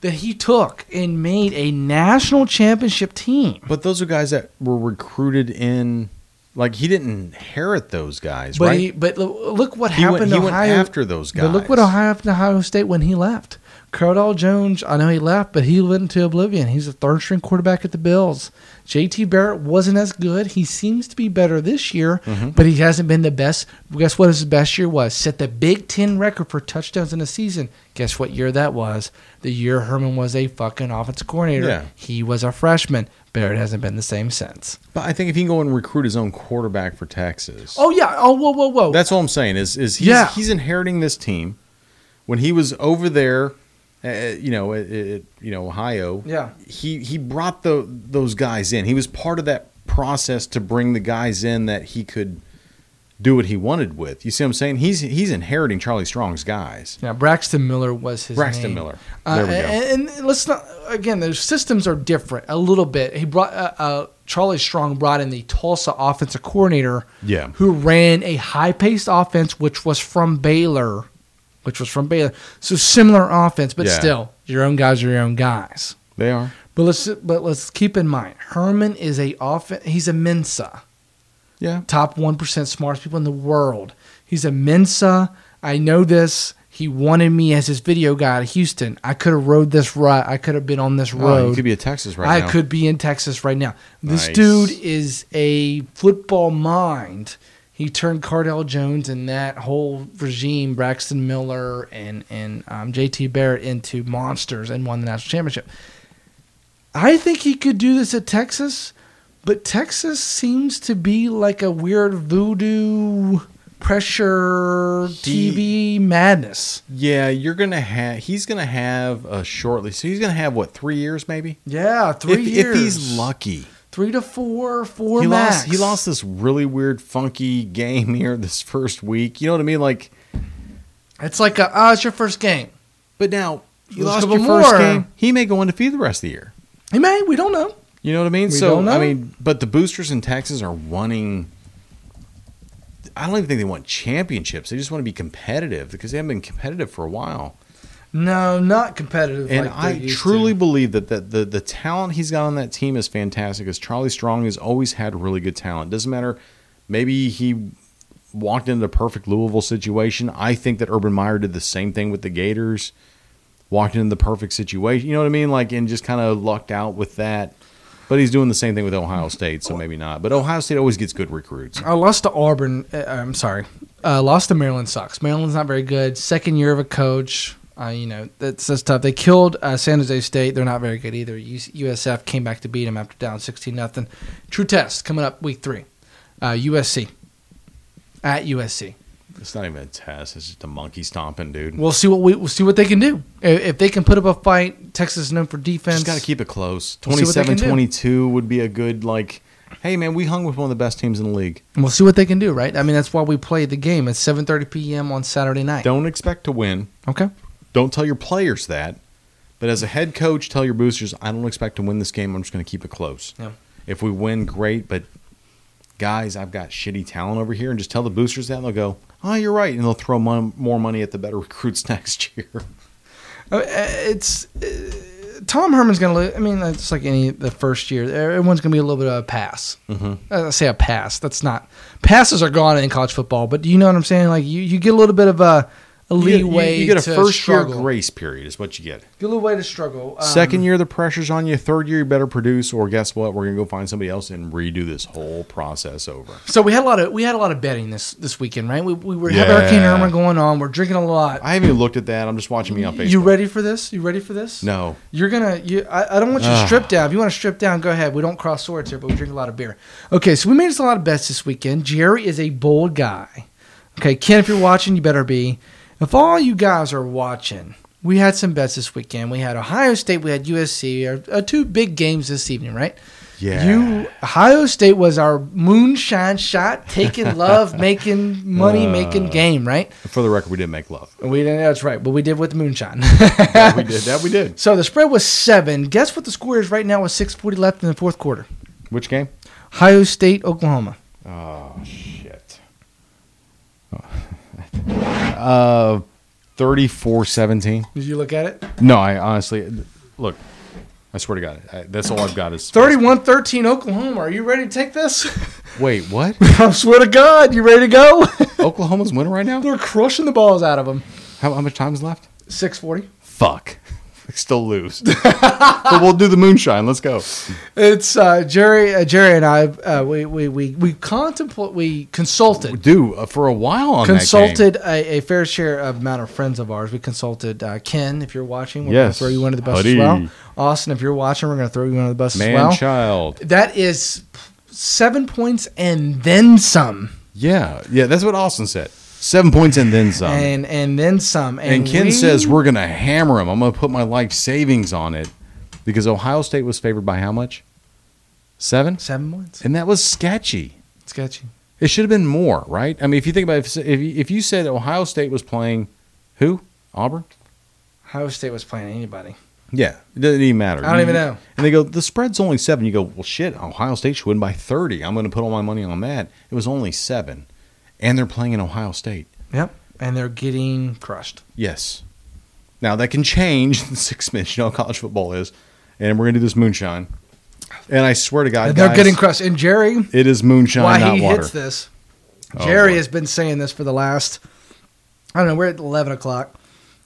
S3: that he took and made a national championship team.
S2: but those are guys that were recruited in like he didn't inherit those guys,
S3: But
S2: right?
S3: he, but lo- look what
S2: He went-
S3: happened
S2: he
S3: to
S2: went
S3: Ohio.
S2: after those
S3: But look what
S2: guys.
S3: Ohio happened to Ohio State when he left. Crodall Jones, I know he left, but he went into oblivion. He's a third string quarterback at the Bills. JT Barrett wasn't as good. He seems to be better this year, but he hasn't been the best. Guess what his best year was? Set the Big Ten record for touchdowns in a season. Guess what year that was? The year Herman was a fucking offensive coordinator.
S2: Yeah.
S3: He was a freshman. Barrett hasn't been the same since.
S2: But I think if he can go and recruit his own quarterback for Texas,
S3: Oh, yeah. Oh, whoa, whoa, whoa.
S2: that's all I'm saying is is he's,
S3: Yeah.
S2: he's inheriting this team. When he was over there, uh, you know, at, at, you know Ohio,
S3: Yeah.
S2: he he brought the those guys in. He was part of that process to bring the guys in that he could do what he wanted with. You see what I'm saying? He's he's inheriting Charlie Strong's guys.
S3: Yeah, Braxton Miller was his
S2: Braxton
S3: name.
S2: Miller.
S3: Uh,
S2: There we go.
S3: And, and let's not again. Those systems are different a little bit. He brought uh, uh, Charlie Strong brought in the Tulsa offensive coordinator,
S2: Yeah.
S3: who ran a high-paced offense, which was from Baylor, which was from Baylor. So similar offense, but
S2: Yeah.
S3: still, your own guys are your own guys.
S2: They are.
S3: But let's but let's keep in mind, Herman is a offen- He's a Mensa
S2: Yeah.
S3: top 1% smartest people in the world. He's a Mensa. I know this. He wanted me as his video guy at Houston. I could have rode this rut. I could have been on this
S2: Oh,
S3: road.
S2: he could be a Texas right
S3: I
S2: now.
S3: could be in Texas right now. This
S2: Nice.
S3: dude is a football mind. He turned Cardell Jones and that whole regime, Braxton Miller and and um, J.T. Barrett, into monsters and won the national championship. I think he could do this at Texas, but Texas seems to be like a weird voodoo pressure TV madness.
S2: Yeah, you're gonna have. He's gonna have a shortly. So he's gonna have what three years maybe.
S3: Yeah,
S2: If,
S3: three
S2: if
S3: years.
S2: he's lucky,
S3: three to four, four
S2: he
S3: max.
S2: lost. He lost this really weird, funky game here this first week. You know what I mean? Like,
S3: It's like a, ah, it's your first game.
S2: but now you
S3: Let's
S2: lost
S3: go
S2: your
S3: for
S2: first
S3: more.
S2: game. He may go undefeated the rest of the year.
S3: He may. We don't know.
S2: You know what I mean?
S3: We
S2: so
S3: don't know.
S2: I mean, but the boosters in Texas are wanting. I don't even think they want championships. They just want to be competitive because they haven't been competitive for a while.
S3: No, not competitive.
S2: And
S3: like they
S2: I
S3: used
S2: truly
S3: to.
S2: believe that the, the the talent he's got on that team is fantastic. Because Charlie Strong has always had really good talent. Doesn't matter. Maybe he walked into the perfect Louisville situation. I think that Urban Meyer did the same thing with the Gators. Walked into the perfect situation. You know what I mean? Like and just kind of lucked out with that. But he's doing the same thing with Ohio State, so maybe not. But Ohio State always gets good recruits.
S3: I lost to Auburn. Uh, I'm sorry. Uh, lost to Maryland Sox. Maryland's not very good. Second year of a coach. Uh, you know that's that's tough. They killed uh, San Jose State. They're not very good either. US, USF came back to beat them after down sixteen nothing. True test coming up week three. Uh, USC at USC.
S2: It's not even a test. It's just a monkey stomping, dude.
S3: We'll see what we, we'll see what they can do. If, if they can put up a fight, Texas is known for defense.
S2: Just got to keep it close.
S3: We'll see what they can
S2: 27
S3: do.
S2: 22 would be a good, like, hey, man, we hung with one of the best teams in the league.
S3: And We'll see what they can do, right? I mean, that's why we play the game at 7:30 p.m. on Saturday night.
S2: Don't expect to win.
S3: Okay.
S2: Don't tell your players that. But as a head coach, tell your boosters, I don't expect to win this game. I'm just going to keep it close.
S3: Yeah.
S2: If we win, great. But guys, I've got shitty talent over here. And just tell the boosters that, and they'll go, oh, you're right. And they'll throw mon- more money at the better recruits next year.
S3: Uh, uh, It's uh, Tom Herman's going to. lose I mean, it's like any the first year. Everyone's going to be a little bit of a pass. Mm-hmm. I say a pass. That's not passes are gone in college football, but you know what I'm saying? Like you, you get a little bit of a, a leeway.
S2: you, you get a
S3: to
S2: first
S3: struggle.
S2: year grace period, is what you get.
S3: Get a little way to struggle. Um,
S2: Second year, the pressure's on you. Third year, you better produce, or guess what? We're gonna go find somebody else and redo this whole process over.
S3: So we had a lot of we had a lot of betting this this weekend, right? We we were have Hurricane
S2: Yeah.
S3: Irma going on. We're drinking a lot.
S2: I haven't even looked at that. I'm just watching me on Facebook.
S3: you ready for this? You ready for this?
S2: No.
S3: You're gonna. You, I, I don't want you to
S2: Ugh.
S3: strip down. If you want to strip down, go ahead. We don't cross swords here, but we drink a lot of beer. Okay, so we made us a lot of bets this weekend. Jerry is a bold guy. Okay, Ken, if you're watching, you better be. If all you guys are watching, we had some bets this weekend. We had Ohio State. We had USC. Our, uh, two big games this evening, right?
S2: Yeah.
S3: You Ohio State was our moonshine shot, taking love, making money, making game, right?
S2: For the record, we didn't make love.
S3: We didn't. That's right, but we did with moonshine.
S2: That we did. That we did.
S3: So the spread was seven. Guess what the score is right now with 640 left in the fourth quarter?
S2: Which game?
S3: Ohio State, Oklahoma.
S2: Oh shit. Uh, 34-17.
S3: Did you look at it?
S2: No, I honestly look. I swear to God, I, that's all I've got is
S3: 31 13 Oklahoma. Are you ready to take this?
S2: Wait, what?
S3: I swear to God, you ready to go?
S2: Oklahoma's winning right now.
S3: They're crushing the balls out of them.
S2: How, how much time's left?
S3: 640.
S2: Fuck. still lose. but we'll do the moonshine. Let's go.
S3: It's uh, Jerry. Uh, Jerry and I. Uh, we we we we contemplate. We consulted.
S2: Do uh, for a while on
S3: Consulted a, a fair share of amount of friends of ours. We consulted uh, Ken, if you're watching, we're
S2: Yes.
S3: gonna throw you under the bus
S2: Huddy.
S3: as well. Austin, if you're watching, we're gonna throw you under the bus
S2: That game.
S3: as
S2: Man,
S3: well.
S2: child.
S3: That is seven points and then some,
S2: Yeah, yeah. That's what Austin said. Seven points and then some. And,
S3: and and then some. And,
S2: Ken
S3: we-
S2: says we're gonna hammer him. I'm gonna put my life savings on it because Ohio State was favored by how much? Seven.
S3: seven points.
S2: And that was sketchy.
S3: Sketchy.
S2: It should have been more, right? I mean, if you think about it, if if you, if you said Ohio State was playing who? Auburn?
S3: Ohio State was playing anybody.
S2: Yeah, it doesn't even matter.
S3: I don't
S2: You-
S3: even know.
S2: And they go, the spread's only seven. You go, well, shit, Ohio State should win by 30. I'm going to put all my money on that. It was only seven. And they're playing in Ohio State.
S3: Yep. And they're getting crushed.
S2: Yes. Now, that can change in six minutes. You know how college football is. And we're going to do this moonshine. And I swear to God,
S3: And
S2: guys,
S3: they're getting crushed. And Jerry,
S2: it is moonshine,
S3: why
S2: not
S3: he
S2: water.
S3: hits this.
S2: Oh,
S3: Jerry
S2: boy.
S3: has been saying this for the last, I don't know, we're at 11 o'clock.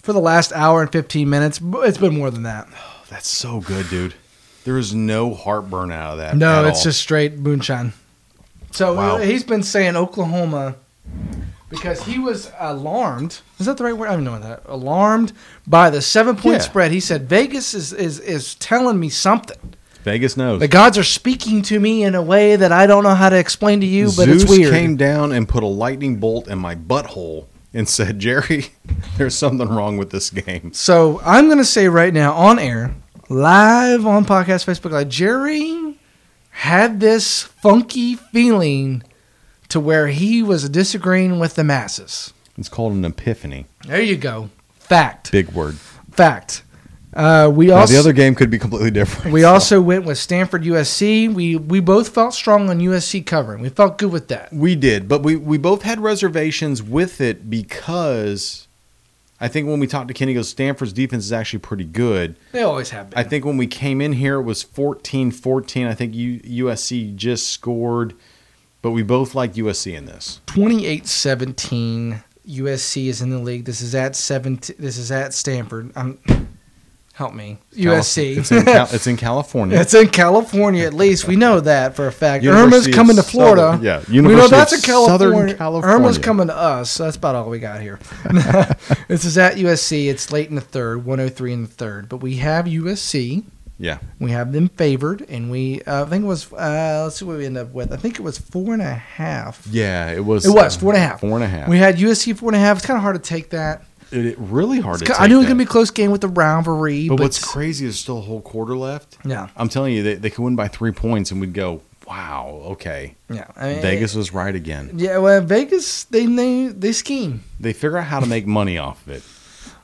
S3: For the last hour and 15 minutes, b- it's been more than that.
S2: Oh, that's so good, dude. There is no heartburn out of that.
S3: No,
S2: at
S3: it's
S2: all.
S3: just straight moonshine. So uh,
S2: Wow.
S3: he's been saying Oklahoma because he was alarmed. Is that the right word? I don't know that. Alarmed by the seven point
S2: Yeah.
S3: spread. He said, Vegas is, is, is telling me something.
S2: Vegas knows.
S3: The gods are speaking to me in a way that I don't know how to explain to you, but
S2: Zeus
S3: it's weird.
S2: came down and put a lightning bolt in my butthole and said, "Jerry, there's something wrong with this game."
S3: So I'm going to say right now on air, live on podcast Facebook Live, Jerry had this funky feeling to where he was disagreeing with the masses.
S2: It's called an epiphany.
S3: There you go. Fact.
S2: Big word.
S3: Fact. Uh, we
S2: Now,
S3: also
S2: the other game could be completely different.
S3: we
S2: so.
S3: also went with Stanford USC. We we both felt strong on USC covering. We felt good with that.
S2: we did, but we we both had reservations with it because I think when we talked to Kenny, he goes Stanford's defense is actually pretty good.
S3: They always have been.
S2: I think when we came in here, it was 14-14. I think U- USC just scored, but we both liked USC in this.
S3: 28-17 USC is in the league. This is at 17 this is at Stanford. I'm help me. USC.
S2: It's in, Cal- it's in California.
S3: It's in California, at least we know that for a fact.
S2: Mm-hmm. University
S3: Irma's
S2: of
S3: coming to Florida.
S2: Southern- yeah,
S3: we know
S2: University
S3: that's
S2: of
S3: in California.
S2: Southern California.
S3: Irma's coming to us. So that's about all we got here. this is at USC. It's late in the third, one hundred three in the third. But we have USC.
S2: Yeah.
S3: we have them favored, and we uh, I think it was uh, let's see what we end up with. I think it was four and a half.
S2: Yeah, it was.
S3: It was four and a half.
S2: Four and a half.
S3: We had USC four and a half. It's kind of hard to take that.
S2: it, it really
S3: It's
S2: hard to.
S3: ki-
S2: Take
S3: I knew it was
S2: that.
S3: gonna be a close game with the rivalry,
S2: But
S3: but,
S2: what's crazy is still a whole quarter left.
S3: Yeah,
S2: I'm telling you, they, they could win by three points, and we'd go, "Wow, okay,
S3: yeah. I mean,
S2: Vegas was right again."
S3: Yeah, well, Vegas they they they scheme.
S2: They figure out how to make money off of it.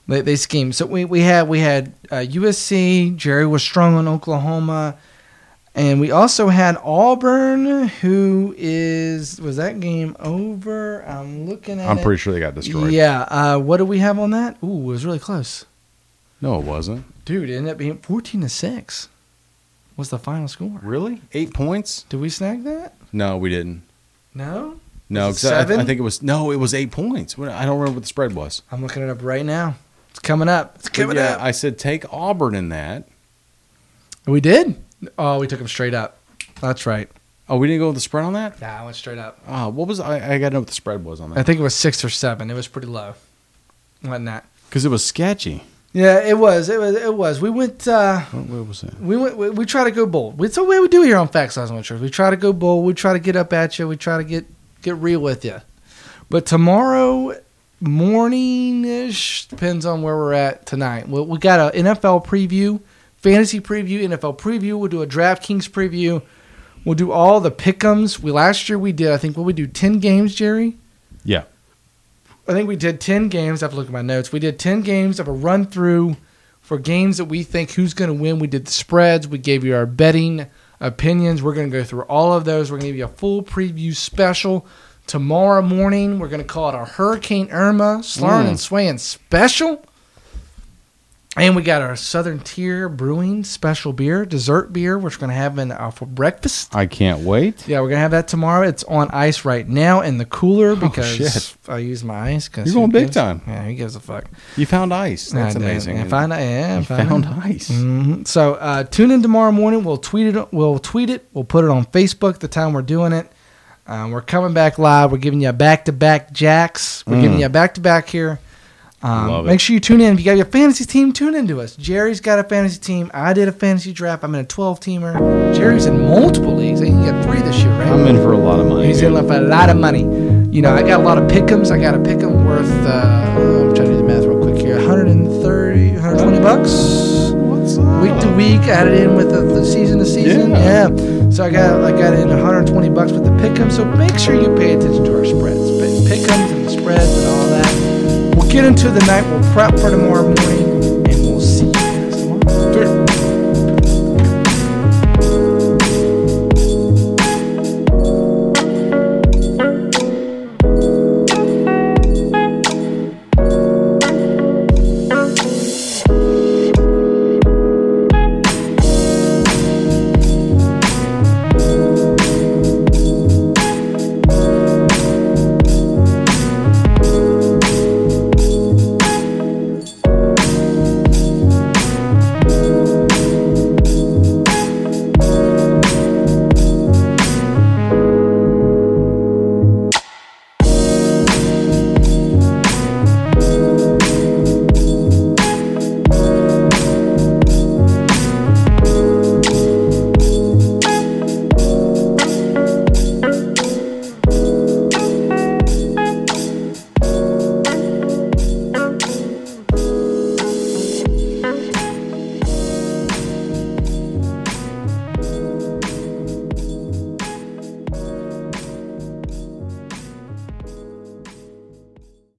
S3: They, they scheme. So we we had we had uh, USC. Jerry was strong on Oklahoma, and we also had Auburn, who is was that game over? I'm looking at.
S2: I'm
S3: it.
S2: pretty sure they got destroyed.
S3: Yeah. Uh, what do we have on that? Ooh, it was really close,
S2: No, it wasn't.
S3: dude. It ended up being fourteen to six. Was the final score?
S2: Really? Eight points?
S3: Did we snag that?
S2: No, we didn't.
S3: No.
S2: No,
S3: Was it
S2: 'cause I- I,
S3: seven?
S2: think it was. No, it was eight points. What- I don't remember what the spread was.
S3: I'm looking it up right now. It's coming up. It's
S2: But
S3: coming
S2: yeah,
S3: up.
S2: I said take Auburn in that.
S3: we did. Oh, we took him straight up. That's right.
S2: Oh, we didn't go with the spread on that.
S3: Nah, I went straight up.
S2: Uh, what was I? I got to know what the spread was on
S3: I
S2: that
S3: think it was six or seven. It was pretty low. Wasn't that?
S2: because it was sketchy.
S3: Yeah, it was. It was. It was. We went. uh
S2: What, what was that?
S3: We went. We, we try to go bold. It's the way we do here on Facts Lies and Truth. We try to go bold. We try to get up at you. We try to get get real with you. But tomorrow morning ish depends on where we're at tonight. We, we got a NFL preview, fantasy preview, NFL preview. We'll do a DraftKings preview. We'll do all the pickums. We last year we did. I think what we do ten games, Jerry.
S2: Yeah.
S3: I think we did 10 games. I have to look at my notes. We did 10 games of a run through for games that we think who's going to win. We did the spreads. We gave you our betting opinions. We're going to go through all of those. We're going to give you a full preview special tomorrow morning. We're going to call it our Hurricane Irma Slurring
S2: Mm.
S3: and Swaying special. And we got our Southern Tier Brewing special beer, dessert beer, which we're going to have in uh, for breakfast.
S5: I can't wait.
S3: Yeah, we're going to have that tomorrow. It's on ice right now in the cooler because
S5: Oh, shit.
S3: I use my ice. 'cause
S5: You're
S3: who
S5: going big
S3: gives-
S5: time.
S3: Yeah, who gives a fuck?
S5: You found ice. That's
S3: I did.
S5: amazing.
S3: I found, yeah, I
S5: You found ice.
S3: Mhm. So uh, tune in tomorrow morning. We'll tweet it. We'll tweet it. We'll put it on Facebook. The time we're doing it. Um, we're coming back live. We're giving you back to back jacks. We're giving you back to back here. Um,
S5: Mm. Love it.
S3: Make sure you tune in. If you got your fantasy team, tune in to us. Jerry's got a fantasy team. I did a fantasy draft. I'm in a 12 teamer. Jerry's in multiple leagues. I think he got three this year, right?
S5: I'm in for a lot of money.
S3: He's in
S5: dude.
S3: left a lot of money. You know, I got a lot of pickums. I got a pickum worth. Uh, I'm trying to do the math real quick here. 130, 120 bucks.
S5: What's up?
S3: Week to week, added in with the, the season to season. Yeah.
S5: Yeah.
S3: So I got I got in 120 bucks with the pickums. So make sure you pay attention to our spreads, Pick- pickums and spreads and all that. We'll get into the night. We'll prep for tomorrow morning.